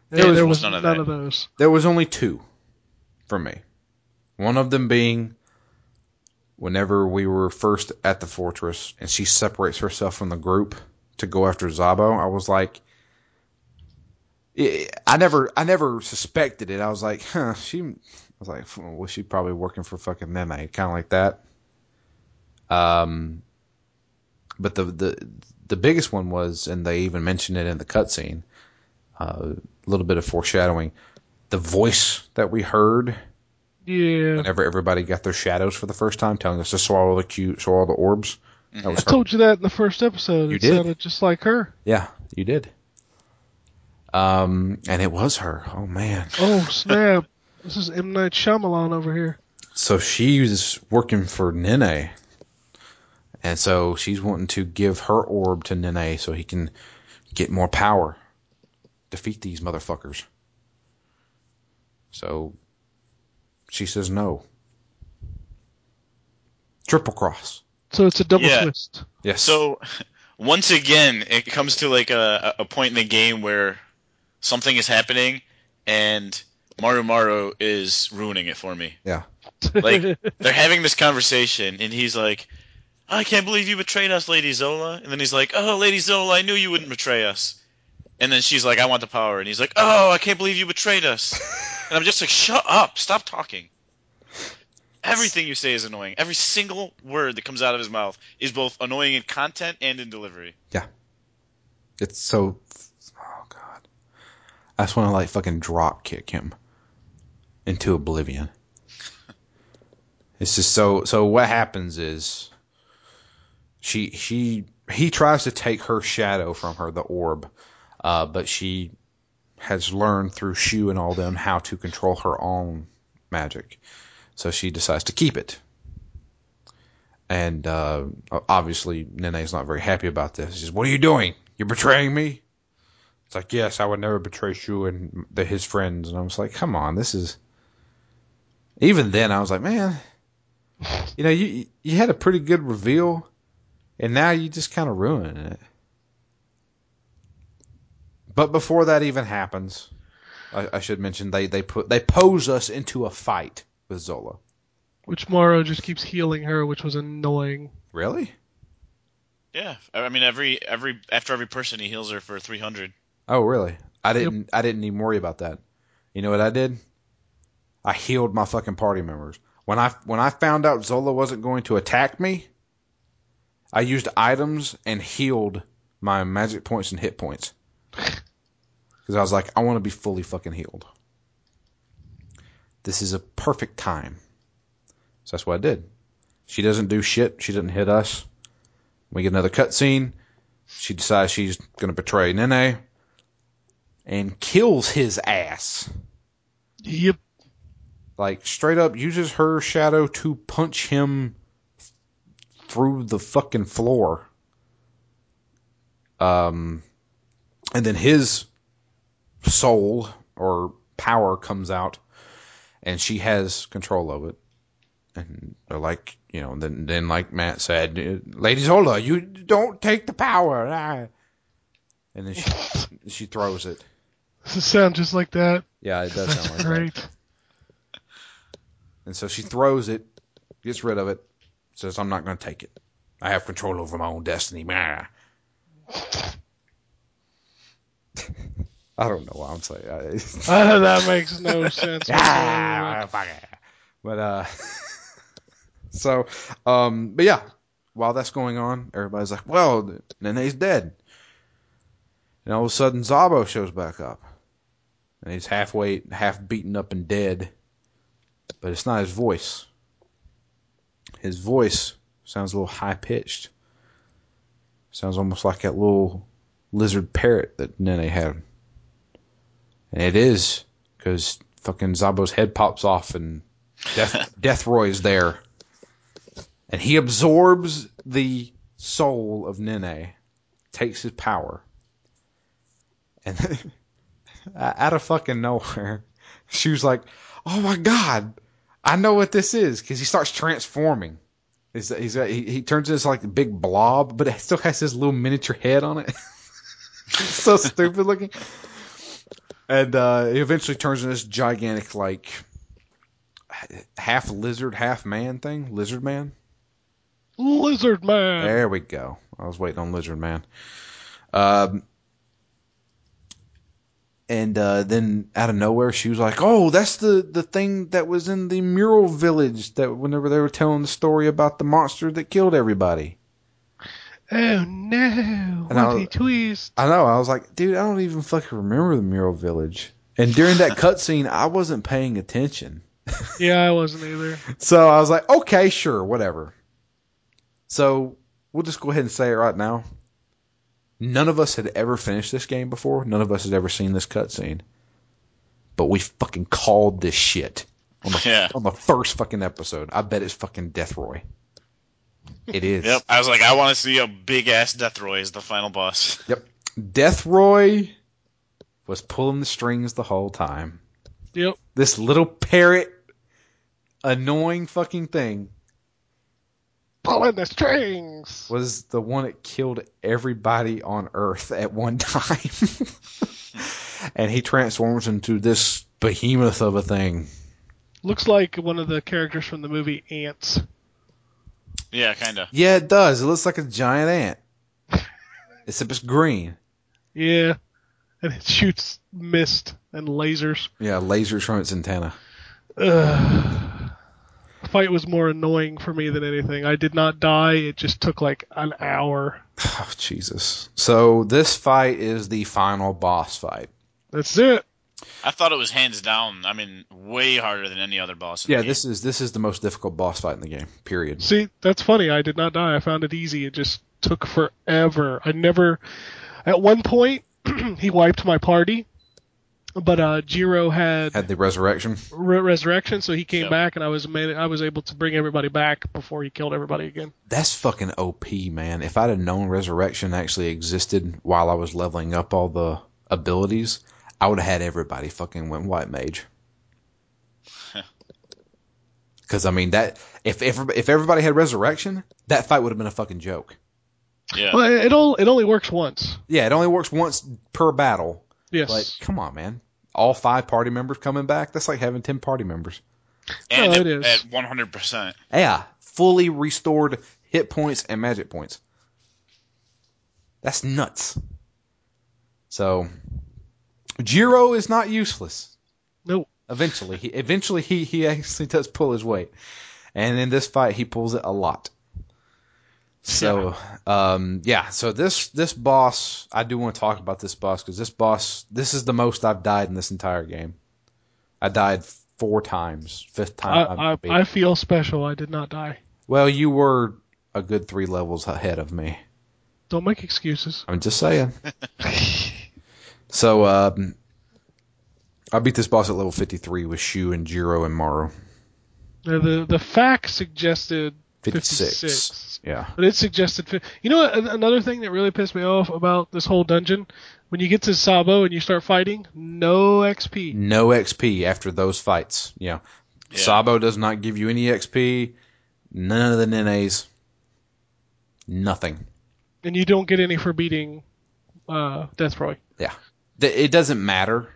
Speaker 3: There,
Speaker 2: was-
Speaker 3: there
Speaker 2: was
Speaker 3: was
Speaker 2: none
Speaker 3: none,
Speaker 2: of
Speaker 3: of,
Speaker 2: that.
Speaker 3: those.
Speaker 1: There was only two for me. One of them being whenever we were first at the fortress and she separates herself from the group to go after Zabo, I was like I I never I never suspected it. I was like, huh, she I was like, well, she probably working for fucking Meme, kind of like that. Um but the the the biggest one was and they even mentioned it in the cutscene. Uh, a little bit of foreshadowing the voice that we heard
Speaker 3: Yeah.
Speaker 1: whenever everybody got their shadows for the first time, telling us to swallow the cue, swallow the orbs. That was
Speaker 3: I
Speaker 1: her.
Speaker 3: told you that in the first episode.
Speaker 1: You
Speaker 3: it
Speaker 1: did.
Speaker 3: sounded just like her.
Speaker 1: yeah, you did. Um, and it was her. Oh man. (laughs)
Speaker 3: Oh snap! this is M Night Shyamalan over here.
Speaker 1: So she's working for Nene, and so she's wanting to give her orb to Nene so he can get more power, defeat these motherfuckers. So she says no. Triple cross.
Speaker 3: So it's a double
Speaker 2: Yeah.
Speaker 3: twist.
Speaker 1: Yes.
Speaker 2: So, (laughs) once again, it comes to like a, a point in the game where something is happening, and Maru Maru is ruining it for me.
Speaker 1: Yeah.
Speaker 2: Like- They're having this conversation, and he's like, "I can't believe you betrayed us, Lady Zola." And then he's like, "Oh, Lady Zola, I knew you wouldn't betray us." And then she's like, "I want the power," and he's like, "Oh, I can't believe you betrayed us." And I'm just like, "Shut up! Stop talking." Everything you say is annoying. Every single word that comes out of his mouth is both annoying in content and in delivery.
Speaker 1: It's so. Oh god. I just want to like fucking drop kick him into oblivion. It's just so. So what happens is, she she he tries to take her shadow from her, the orb, uh, but she has learned through Shu and all them how to control her own magic, so she decides to keep it. And uh, obviously, Nene's not very happy about this. She says, "What are you doing? You're betraying me." It's like, "Yes, I would never betray Shu and the, his friends." And I was like, "Come on, this is." Even then, I was like, "Man, you know, you you had a pretty good reveal, and now you just kind of ruining it." But before that even happens, I, I should mention they they put they pose us into a fight with Zola.
Speaker 3: (laughs) which Morrow just keeps healing her, which was annoying.
Speaker 1: Really?
Speaker 2: Yeah, I I mean, every every after every person, he heals her for 300.
Speaker 1: Oh, really? I didn't. I didn't even worry about that. You know what I did? I healed my fucking party members. When I when I found out Zola wasn't going to attack me, I used items and healed my magic points and hit points because I was like, I want to be fully fucking healed. This is a perfect time. So that's what I did. She doesn't do shit. She doesn't hit us. We get another cutscene. She decides she's gonna betray Nene and kills his ass.
Speaker 3: Yep.
Speaker 1: Like straight up uses her shadow to punch him through the fucking floor. Um and then his soul or power comes out and she has control of it. And they're like, you know, then then like Matt said, uh, Lady Zola, you don't take the power. ah." And then she she throws it.
Speaker 3: Does it sound just like that?
Speaker 1: Yeah, it does
Speaker 3: That's
Speaker 1: sound like that.
Speaker 3: (laughs) great.
Speaker 1: And so she throws it, gets rid of it, says, I'm not going to take it. I have control over my own destiny. Meh.
Speaker 3: (laughs)
Speaker 1: I don't know why I'm (laughs) saying. I-
Speaker 3: Uh, that
Speaker 1: (laughs)
Speaker 3: makes no sense.
Speaker 1: Ah,
Speaker 3: whatsoever.
Speaker 1: fuck it. But uh, (laughs) so um, but yeah, while that's going on, everybody's like, "Well, Nene's dead," and all of a sudden, Zabo shows back up, and he's halfway, half beaten up and dead, but it's not his voice. His voice sounds a little high pitched. Sounds almost like that little lizard parrot that Nene had. And it is because fucking Zabo's head pops off and Death, Death Roy's there. And he absorbs the soul of Nene, takes his power. And (laughs) then, out of fucking nowhere, (laughs) she was like, oh my God, I know what this is. Because he starts transforming. He's, he's, he, he turns into this like a big blob, but it still has his little miniature head on it. (laughs) so stupid looking and uh, he eventually turns into this gigantic, like h- half lizard, half man thing. Lizard man.
Speaker 3: Lizard man.
Speaker 1: There we go. I was waiting on lizard man. Um, and uh, then out of nowhere, she was like, "Oh, that's the the thing that was in the mural village that whenever they were telling the story about the monster that killed everybody."
Speaker 3: Oh no!
Speaker 1: And I'll-
Speaker 3: What a twist!
Speaker 1: I know. I was like, dude, I don't even fucking remember the mural village. And during that cutscene, I wasn't paying attention.
Speaker 3: Yeah, I wasn't either.
Speaker 1: So I was like, okay, sure, whatever. So we'll just go ahead and say it right now. None of us had ever finished this game before. None of us had ever seen this cutscene. But we fucking called this shit on the,
Speaker 2: Yeah.
Speaker 1: on the first fucking episode. I bet it's fucking Death Roy. It is.
Speaker 2: (laughs) Yep. I was like, I want to see a big ass Deathroy as the final boss. (laughs)
Speaker 1: Death Roy was pulling the strings the whole time.
Speaker 3: Yep.
Speaker 1: This little parrot, annoying fucking thing,
Speaker 3: Pulling the strings.
Speaker 1: was the one that killed everybody on Earth at one (laughs) time. and he transforms into this behemoth of a thing.
Speaker 3: Looks like one of the characters from the movie Ants.
Speaker 2: Yeah, kinda.
Speaker 1: Yeah, it does. It looks like a giant ant. Except it's green.
Speaker 3: Yeah, and it (laughs) shoots mist and lasers.
Speaker 1: Yeah, lasers from its antenna.
Speaker 3: Ugh. The fight was more annoying for me than anything. I did not die. It just took like an hour.
Speaker 1: (sighs) Oh, Jesus. So this fight is the final boss fight.
Speaker 3: That's it.
Speaker 2: I thought it was hands down. I mean, way harder than any other boss. In
Speaker 1: Yeah,
Speaker 2: the game.
Speaker 1: this is this is the most difficult boss fight in the game. Period.
Speaker 3: See, that's funny. I did not die. I found it easy. It just took forever. I never. At one point, (clears throat) he wiped my party, but uh, Jiro had
Speaker 1: Had the resurrection.
Speaker 3: re- resurrection, so he came
Speaker 2: Yep.
Speaker 3: back, and I was made, I was able to bring everybody back before he killed everybody again.
Speaker 1: That's fucking OP, man. If I'd have known Resurrection actually existed while I was leveling up all the abilities, I would have had everybody fucking went White Mage. Because I mean that if if if everybody had Resurrection, that fight would have been a fucking joke.
Speaker 2: Yeah.
Speaker 3: Well, it, it all it only works once.
Speaker 1: Yeah, it only works once per battle.
Speaker 3: Yes. (laughs)
Speaker 1: But come on, man. All five party members coming back, that's like having 10 party members.
Speaker 2: and
Speaker 3: No,
Speaker 2: it
Speaker 3: it is.
Speaker 2: at 100%.
Speaker 1: Yeah, fully restored hit points and magic points. That's nuts. So, Jiro is not useless.
Speaker 3: No.
Speaker 1: Eventually, he eventually he he actually does pull his weight, and in this fight he pulls it a lot. So, um, yeah. So this this boss, I do want to talk about this boss because this boss, this is the most I've died in this entire game. I died four times. Fifth time, I've
Speaker 3: I, I,
Speaker 1: beat.
Speaker 3: I feel special. I did not die.
Speaker 1: Well, you were a good three levels ahead of me.
Speaker 3: Don't make excuses.
Speaker 1: I'm just saying. so, um, I beat this boss at level 53 with Shu and Jiro and Maru.
Speaker 3: Now, the the fact suggested
Speaker 1: 56.
Speaker 3: 56.
Speaker 1: Yeah.
Speaker 3: But it suggested. fi- You know, what, an- another thing that really pissed me off about this whole dungeon, when you get to Sabo and you start fighting, no XP.
Speaker 1: No XP after those fights. Yeah.
Speaker 2: Yeah.
Speaker 1: Sabo does not give you any XP. None of the Nenes. Nothing.
Speaker 3: And you don't get any for beating uh, Deathroy.
Speaker 1: Th- It doesn't matter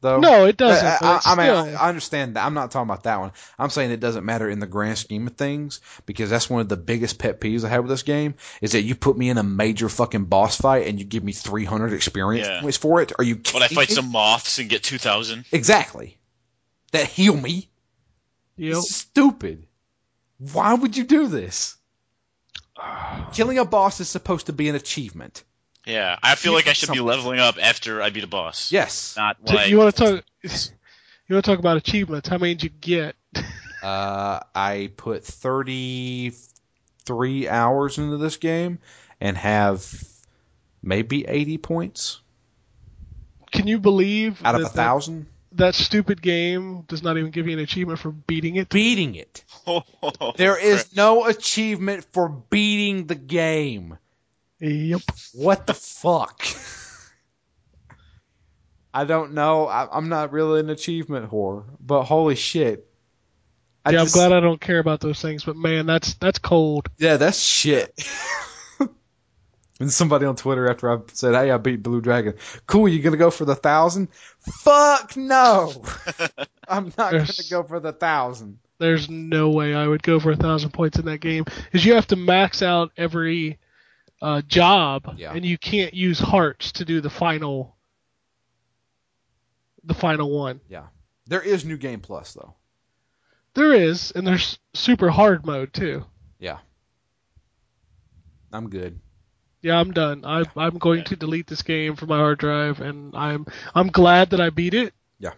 Speaker 1: though?
Speaker 3: No, it doesn't,
Speaker 1: I-
Speaker 3: but it's
Speaker 1: Oh. Uh, I, I mean,
Speaker 3: still-
Speaker 1: I, I understand that. I'm not talking about that one. I'm saying it doesn't matter in the grand scheme of things because that's one of the biggest pet peeves I have with this game is that you put me in a major fucking boss fight and you give me 300 experience
Speaker 2: Yeah.
Speaker 1: points for it. Are you kidding
Speaker 2: But I fight
Speaker 1: me?
Speaker 2: some moths and get two thousand.
Speaker 1: Exactly. That heal me.
Speaker 3: Yep.
Speaker 1: This is stupid. Why would you do
Speaker 2: (sighs)
Speaker 1: this? Killing a boss is supposed to be an achievement.
Speaker 2: Yeah, I feel like I should
Speaker 1: Something.
Speaker 2: be leveling up after I beat a boss.
Speaker 1: Yes.
Speaker 2: not
Speaker 3: So
Speaker 2: like
Speaker 3: you want
Speaker 1: (laughs)
Speaker 3: to talk? You want to talk about achievements? How many did you get? (laughs)
Speaker 1: Uh, I put 33 hours into this game and have maybe 80 points
Speaker 3: Can you believe
Speaker 1: out of
Speaker 3: that
Speaker 1: a
Speaker 3: that-
Speaker 1: thousand.
Speaker 3: that stupid game does not even give you an achievement for beating it.
Speaker 1: Beating it.
Speaker 2: (laughs)
Speaker 1: There is no achievement for beating the game.
Speaker 3: Yep.
Speaker 1: What the fuck? I don't know. I, I'm not really an achievement whore, but holy shit. I
Speaker 3: yeah,
Speaker 1: just-
Speaker 3: I'm glad I don't care about those things, but man, that's that's cold.
Speaker 1: Yeah, that's shit. and somebody on Twitter after I said, "Hey, I beat Blue Dragon." Cool, you gonna go for the thousand? Fuck no! (laughs) I'm not gonna
Speaker 3: Yes.
Speaker 1: go for the thousand.
Speaker 3: There's no way I would go for a thousand points in that game. Is you have to max out every uh, job,
Speaker 1: Yeah.
Speaker 3: and you can't use hearts to do the final, the final one.
Speaker 1: There is new game plus though.
Speaker 3: There is, and there's super hard mode too.
Speaker 1: I'm good.
Speaker 3: Yeah, I'm done. I, I'm going to delete this game from my hard drive, and I'm I'm glad that I beat it.
Speaker 1: Yeah.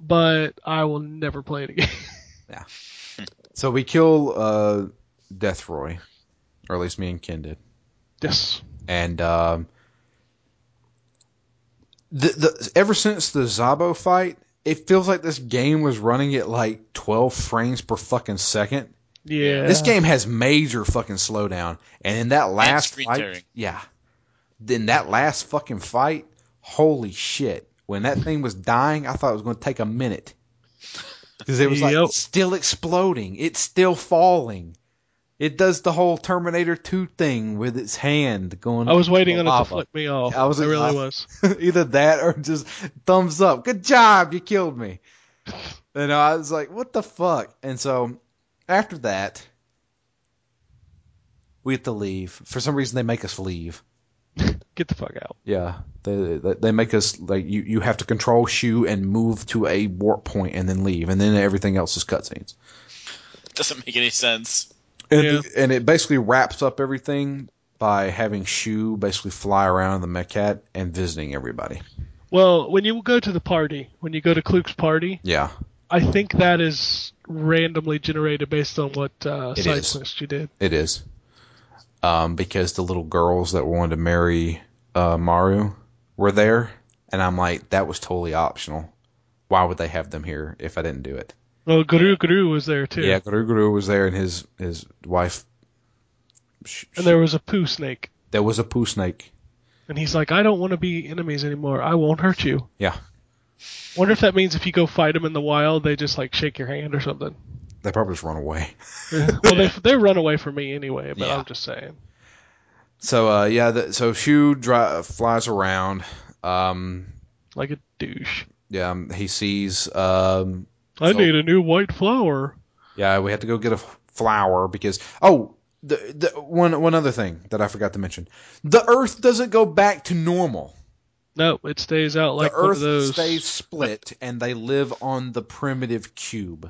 Speaker 3: But I will never play it again. (laughs)
Speaker 1: So we kill uh, Deathroy, or at least me and Ken did.
Speaker 3: yes.
Speaker 1: and um, the, the ever since the Zabo fight, it feels like this game was running at like 12 frames per fucking second.
Speaker 3: Yeah.
Speaker 1: This game has major fucking slowdown, and in that last
Speaker 2: screen
Speaker 1: fight,
Speaker 2: tearing.
Speaker 1: yeah, in that last fucking fight, holy shit! When that thing was dying, I thought it was going to take a minute because it was like
Speaker 3: Yep.
Speaker 1: it's still exploding, it's still falling. It does the whole Terminator 2 thing with its hand going.
Speaker 3: I was waiting
Speaker 1: the
Speaker 3: on it to
Speaker 1: lava.
Speaker 3: flip me off.
Speaker 1: I
Speaker 3: I,
Speaker 1: was-
Speaker 3: really
Speaker 1: I-
Speaker 3: was. (laughs)
Speaker 1: (laughs) either that or just thumbs up. Good job, you killed me. You know, I was like, what the fuck? And so after that, we have to leave. For some reason, they make us leave.
Speaker 3: Get the fuck out.
Speaker 1: Yeah, they they they make us like you you have to control shoe and move to a warp point and then leave, and then everything else is cutscenes.
Speaker 2: doesn't make any sense.
Speaker 1: And,
Speaker 3: Yeah.
Speaker 1: and it basically wraps up everything by having Shu basically fly around the Mekat and visiting everybody.
Speaker 3: Well, when you go to the party, when you go to Kluk's party,
Speaker 1: Yeah.
Speaker 3: I think that is randomly generated based on what uh,
Speaker 1: It
Speaker 3: side
Speaker 1: is.
Speaker 3: quest you did.
Speaker 1: It is. Um, because the little girls that wanted to marry uh, Maru were there, and I'm like, that was totally optional. Why would they have them here if I didn't do it?
Speaker 3: Well, Guru Guru was there too,
Speaker 1: Yeah, Guru Guru was there, and his his wife. Sh-
Speaker 3: and there was a poo snake,
Speaker 1: there was a poo snake.
Speaker 3: and he's like, "I don't want to be enemies anymore. I won't hurt you."
Speaker 1: Yeah,
Speaker 3: Wonder if that means if you go fight them in the wild, they just like shake your hand or something.
Speaker 1: they probably just run away.
Speaker 3: well,
Speaker 1: (laughs)
Speaker 3: they they run away from me anyway, but
Speaker 1: Yeah.
Speaker 3: I'm just saying.
Speaker 1: So uh, yeah, the, so Shu dri- flies around. Um,
Speaker 3: Like a douche.
Speaker 1: yeah, um, he sees um,
Speaker 3: I
Speaker 1: So-
Speaker 3: need a new white flower.
Speaker 1: Yeah, we had to go get a flower because oh, the, the one one other thing that I forgot to mention: the Earth doesn't go back to normal.
Speaker 3: No, it stays out like
Speaker 1: the
Speaker 3: one
Speaker 1: Earth
Speaker 3: of those.
Speaker 1: stays split, and they live on the primitive cube.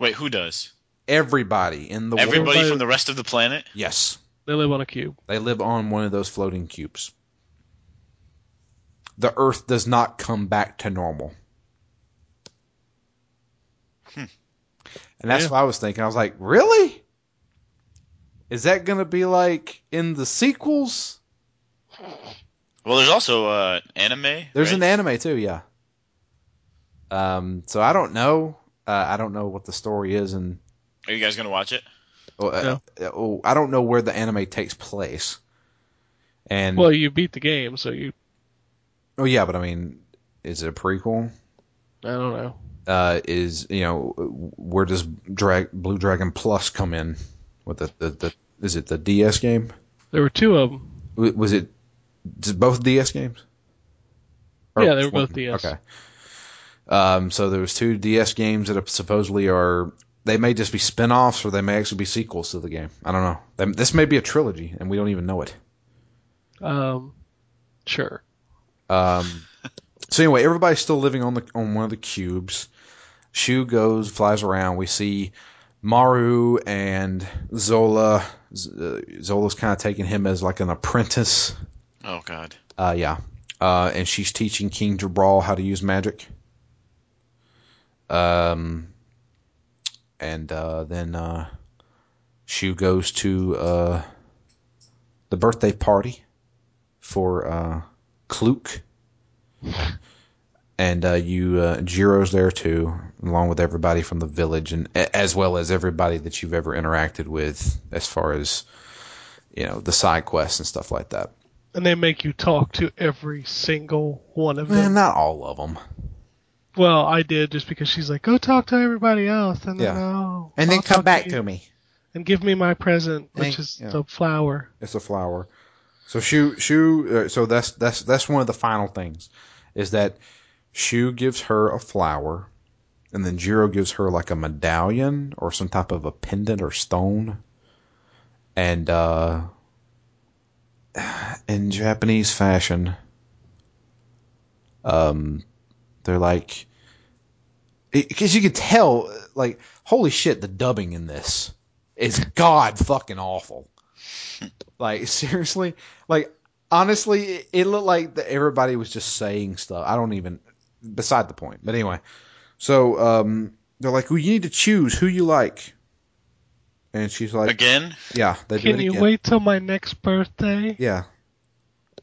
Speaker 2: Wait, who does?
Speaker 1: Everybody in the world,
Speaker 2: Everybody
Speaker 3: Everybody-
Speaker 2: from the rest of the planet?
Speaker 1: yes,
Speaker 3: They live on a cube.
Speaker 1: they live on one of those floating cubes. The Earth does not come back to normal. And that's
Speaker 3: Hmm. Yeah.
Speaker 1: what I was thinking. I was like, really? Is that going to be like in the sequels?
Speaker 2: Well, there's also uh, anime.
Speaker 1: There's an
Speaker 2: right?
Speaker 1: anime too, yeah. Um, so I don't know. Uh, I don't know what the story is, and
Speaker 2: Are you guys gonna watch it?
Speaker 1: oh, uh, oh, I don't know where the anime takes place. And
Speaker 3: Well, you beat the game, so you.
Speaker 1: oh yeah, but I mean, is it a prequel?
Speaker 3: I don't know.
Speaker 1: Uh, is you know where does Drag Blue Dragon Plus come in? With the, the, the is it the DS game?
Speaker 3: There were two of them.
Speaker 1: W- Was it, was it both DS games? Or
Speaker 3: Yeah, they were
Speaker 1: one-
Speaker 3: both DS.
Speaker 1: Okay. Um, so there was two DS games that supposedly are they may just be spin-offs or they may actually be sequels to the game. I don't know. They- This may be a trilogy and we don't even know it.
Speaker 3: Um, sure.
Speaker 1: Um, so anyway, everybody's still living on the on one of the cubes. Shu goes, flies around. We see Maru and Zola. Z- uh, Zola's kind of taking him as like an apprentice.
Speaker 2: Oh God.
Speaker 1: Uh, yeah, uh, and she's teaching King Jabral how to use magic. Um, and uh, then uh, Shu goes to uh, the birthday party for uh, Kluk. And uh, you, uh, Jiro's there too, along with everybody from the village, and a- as well as everybody that you've ever interacted with, as far as you know, the side quests and stuff like that.
Speaker 3: And they make you talk to every single one of
Speaker 1: Man,
Speaker 3: them.
Speaker 1: not all of them.
Speaker 3: Well, I did just because she's like, go talk to everybody else, and then
Speaker 1: Yeah.
Speaker 3: I'll,
Speaker 1: And then
Speaker 3: I'll
Speaker 1: come
Speaker 3: talk
Speaker 1: back
Speaker 3: you
Speaker 1: to me.
Speaker 3: and give me my present, which
Speaker 1: Thank-
Speaker 3: is
Speaker 1: yeah.
Speaker 3: the flower.
Speaker 1: It's a flower. So Shu Shu. Uh, so that's that's that's one of the final things, is that Shu gives her a flower, and then Jiro gives her like a medallion or some type of a pendant or stone. And uh, in Japanese fashion, um, they're like, because you can tell, like, holy shit, the dubbing in this is god fucking awful. Like (laughs) seriously, like honestly, it, it looked like that everybody was just saying stuff. I don't even. Beside the point, but anyway. So um, they're like, "Well, you need to choose who you like," and she's like,
Speaker 2: Again?
Speaker 1: "Yeah, they do
Speaker 3: Can
Speaker 1: it
Speaker 3: you
Speaker 1: again.
Speaker 3: wait till my next birthday?
Speaker 1: Yeah.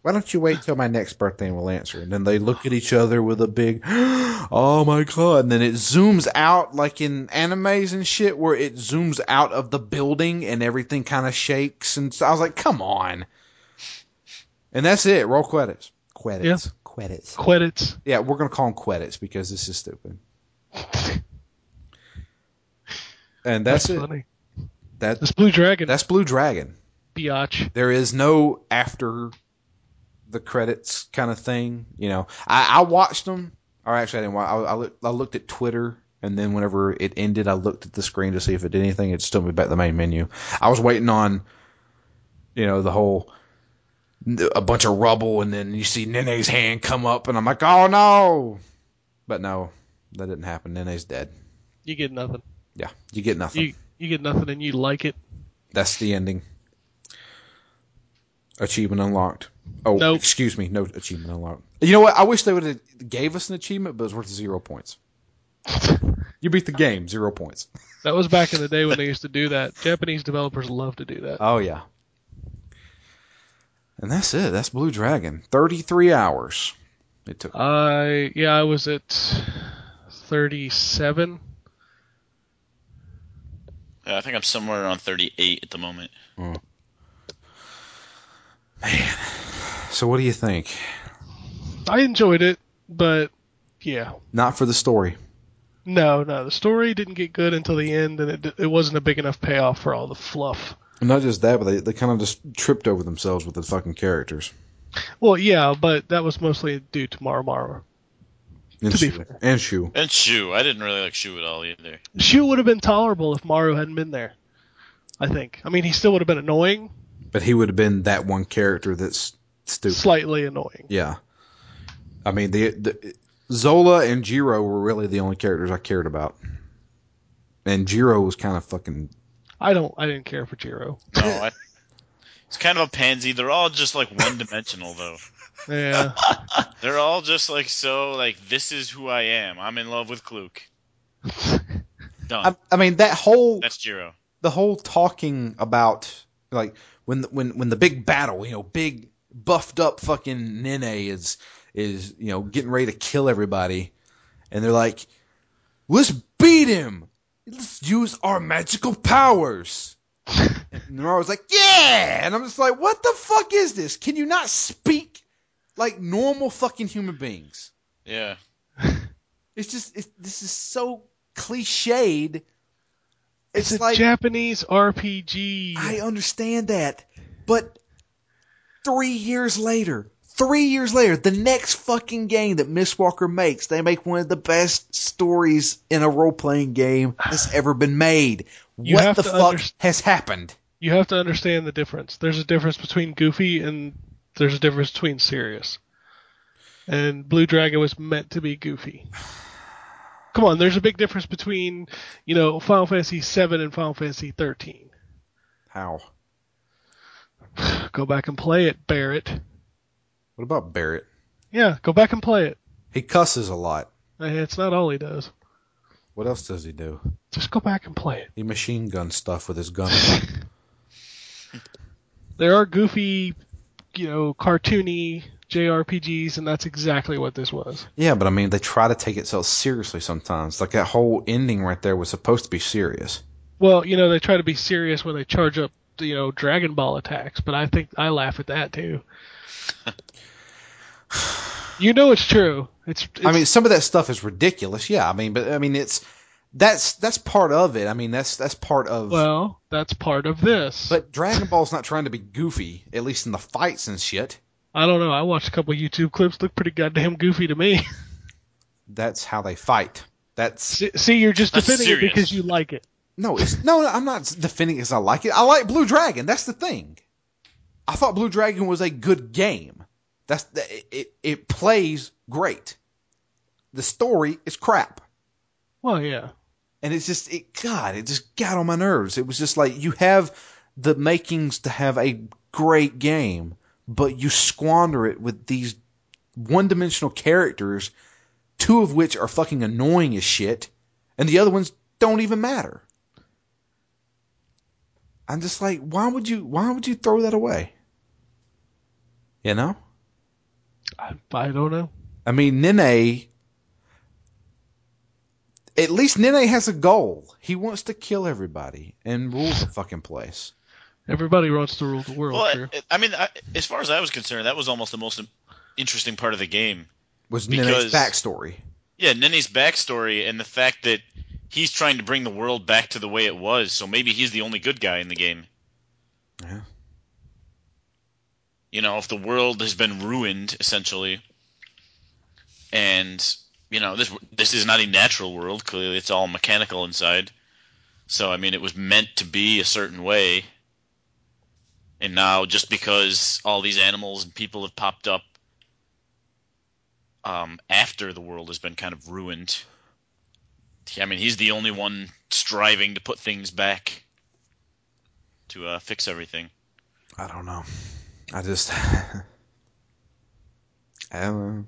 Speaker 1: Why don't you wait till my next birthday and we'll answer? And then they look at each other with a big, (gasps) oh my god! And then it zooms out like in animes and shit, where it zooms out of the building and everything kind of shakes. And so I was like, come on. And that's it. Roll credits. Credits.
Speaker 3: Yeah.
Speaker 1: Credits.
Speaker 3: Credits.
Speaker 1: Yeah, we're gonna call them credits because this is stupid. And that's, it.
Speaker 3: funny.
Speaker 1: That
Speaker 3: This blue dragon
Speaker 1: that's Blue Dragon.
Speaker 3: biatch.
Speaker 1: there is no after the credits kind of thing. You know, I, I watched them, or actually I didn't watch. I, I, looked, I looked at Twitter, and then whenever it ended, I looked at the screen to see if it did anything. It still me back to the main menu. I was waiting on, you know, the whole a bunch of rubble, and then you see Nene's hand come up, and I'm like, oh no, but no, that didn't happen. Nene's dead.
Speaker 3: You get nothing.
Speaker 1: Yeah, you get nothing.
Speaker 3: You you get nothing, and you like it.
Speaker 1: That's the ending. Achievement unlocked. Oh,
Speaker 3: Nope.
Speaker 1: excuse me. No achievement unlocked. You know what? I wish they would have gave us an achievement, but it's worth zero
Speaker 3: (laughs)
Speaker 1: points. You beat the game, zero points.
Speaker 3: That was back in the day when they used to do that. Japanese developers love to do that.
Speaker 1: Oh yeah. And that's it. That's Blue Dragon. Thirty-three hours it took.
Speaker 3: I yeah, I was at 37.
Speaker 2: Uh, I think I'm somewhere around 38 at the moment.
Speaker 1: So what do you think?
Speaker 3: I enjoyed it, but yeah,
Speaker 1: Not for the story.
Speaker 3: no, no. The story didn't get good until the end, and it d- it wasn't a big enough payoff for all the fluff.
Speaker 1: And Not just that, but they, they kind of just tripped over themselves with the fucking characters.
Speaker 3: Well, yeah, but that was mostly due to Maramaru.
Speaker 1: And
Speaker 3: To be
Speaker 1: Shu. And Shu.
Speaker 2: And Shu. I didn't really like Shu at all either.
Speaker 3: Shu would have been tolerable if Maru hadn't been there. I think. I mean, he still would have been annoying,
Speaker 1: But he would have been that one character that's stupid.
Speaker 3: slightly annoying.
Speaker 1: Yeah. I mean, the, the Zola and Jiro were really the only characters I cared about. And Jiro was kind of fucking.
Speaker 3: I don't. I didn't care for Jiro.
Speaker 2: No, Oh, I, it's kind of a pansy. They're all just like one dimensional though.
Speaker 3: Yeah.
Speaker 2: They're all just like so like this is who I am. I'm in love with Kluke. Done.
Speaker 1: I, I mean, that whole
Speaker 2: That's Jiro.
Speaker 1: the whole talking about like when the, when when the big battle, you know, big buffed up fucking Nene is is you know getting ready to kill everybody, and they're like, "Let's beat him. Let's use our magical powers." and I was like, "Yeah," and I'm just like, "What the fuck is this? Can you not speak like normal fucking human beings?"
Speaker 2: Yeah.
Speaker 1: It's just it's, this is so cliched.
Speaker 3: It's, a Japanese RPG.
Speaker 1: I understand that, but three years later, Three years later, the next fucking game that Miss Walker makes, they make one of the best stories in a role playing game
Speaker 3: (sighs)
Speaker 1: that's ever been made.
Speaker 3: You
Speaker 1: what
Speaker 3: have
Speaker 1: the
Speaker 3: to
Speaker 1: fuck
Speaker 3: underst-
Speaker 1: has happened?
Speaker 3: You have to understand the difference. There's a difference between goofy and there's a difference between serious. And Blue Dragon was meant to be goofy. Come on, there's a big difference between, you know, Final Fantasy VII and Final Fantasy 13.
Speaker 1: How?
Speaker 3: (sighs) Go back and play it, Barrett.
Speaker 1: What about Barrett?
Speaker 3: Yeah, go back and play it.
Speaker 1: He cusses a lot.
Speaker 3: Eh, It's not all he does.
Speaker 1: What else does he do?
Speaker 3: Just go back and play
Speaker 1: He machine gun stuff with his gun.
Speaker 3: it. (laughs) there are goofy, you know, cartoony JRPGs, and that's exactly what this was.
Speaker 1: yeah, but I mean, they try to take it so seriously sometimes. Like that whole ending right there was supposed to be serious.
Speaker 3: Well, you know, they try to be serious when they charge up, you know, Dragon Ball attacks, but I think I laugh at
Speaker 1: (laughs)
Speaker 3: that too. you know it's true. It's, it's
Speaker 1: I mean, some of that stuff is ridiculous. Yeah, I mean, but I mean, it's that's that's part of it. I mean, that's that's part of.
Speaker 3: well, that's part of this.
Speaker 1: but Dragon Ball's not trying to be goofy, at least in the fights and shit.
Speaker 3: I don't know. I watched a couple YouTube clips. Look pretty goddamn goofy to me. (laughs)
Speaker 1: That's how they fight. That's
Speaker 3: see, see, you're just
Speaker 2: That's
Speaker 3: defending it
Speaker 2: serious.
Speaker 3: because you like it.
Speaker 1: no, it's no. I'm not defending it 'cause I like it. I like Blue Dragon. That's the thing. I thought Blue Dragon was a good game. That's the- it. It, it plays great. The story is crap.
Speaker 3: Well, yeah.
Speaker 1: and it's just it god it just got on my nerves it was just like you have the makings to have a great game but you squander it with these one-dimensional characters two of which are fucking annoying as shit and the other ones don't even matter i'm just like why would you why would you throw that away you know
Speaker 3: I, I don't know.
Speaker 1: I mean, Nene. At least Nene has a goal. He wants to kill everybody and rule the fucking place.
Speaker 3: Everybody wants to rule the world.
Speaker 2: Well,
Speaker 3: true.
Speaker 2: I, I mean, I, as far as I was concerned, that was almost the most interesting part of the game.
Speaker 1: Was Nene's
Speaker 2: Because-
Speaker 1: backstory?
Speaker 2: Yeah, Nenny's backstory and the fact that he's trying to bring the world back to the way it was, so maybe he's the only good guy in the game.
Speaker 1: Yeah.
Speaker 2: You know, if the world has been ruined essentially, and you know this this is not a natural world. Clearly, it's all mechanical inside. So I mean, it was meant to be a certain way, and now just because all these animals and people have popped up um, after the world has been kind of ruined. I mean, he's the only one striving to put things back to uh, fix everything.
Speaker 1: I don't know. I just. (laughs) I don't know.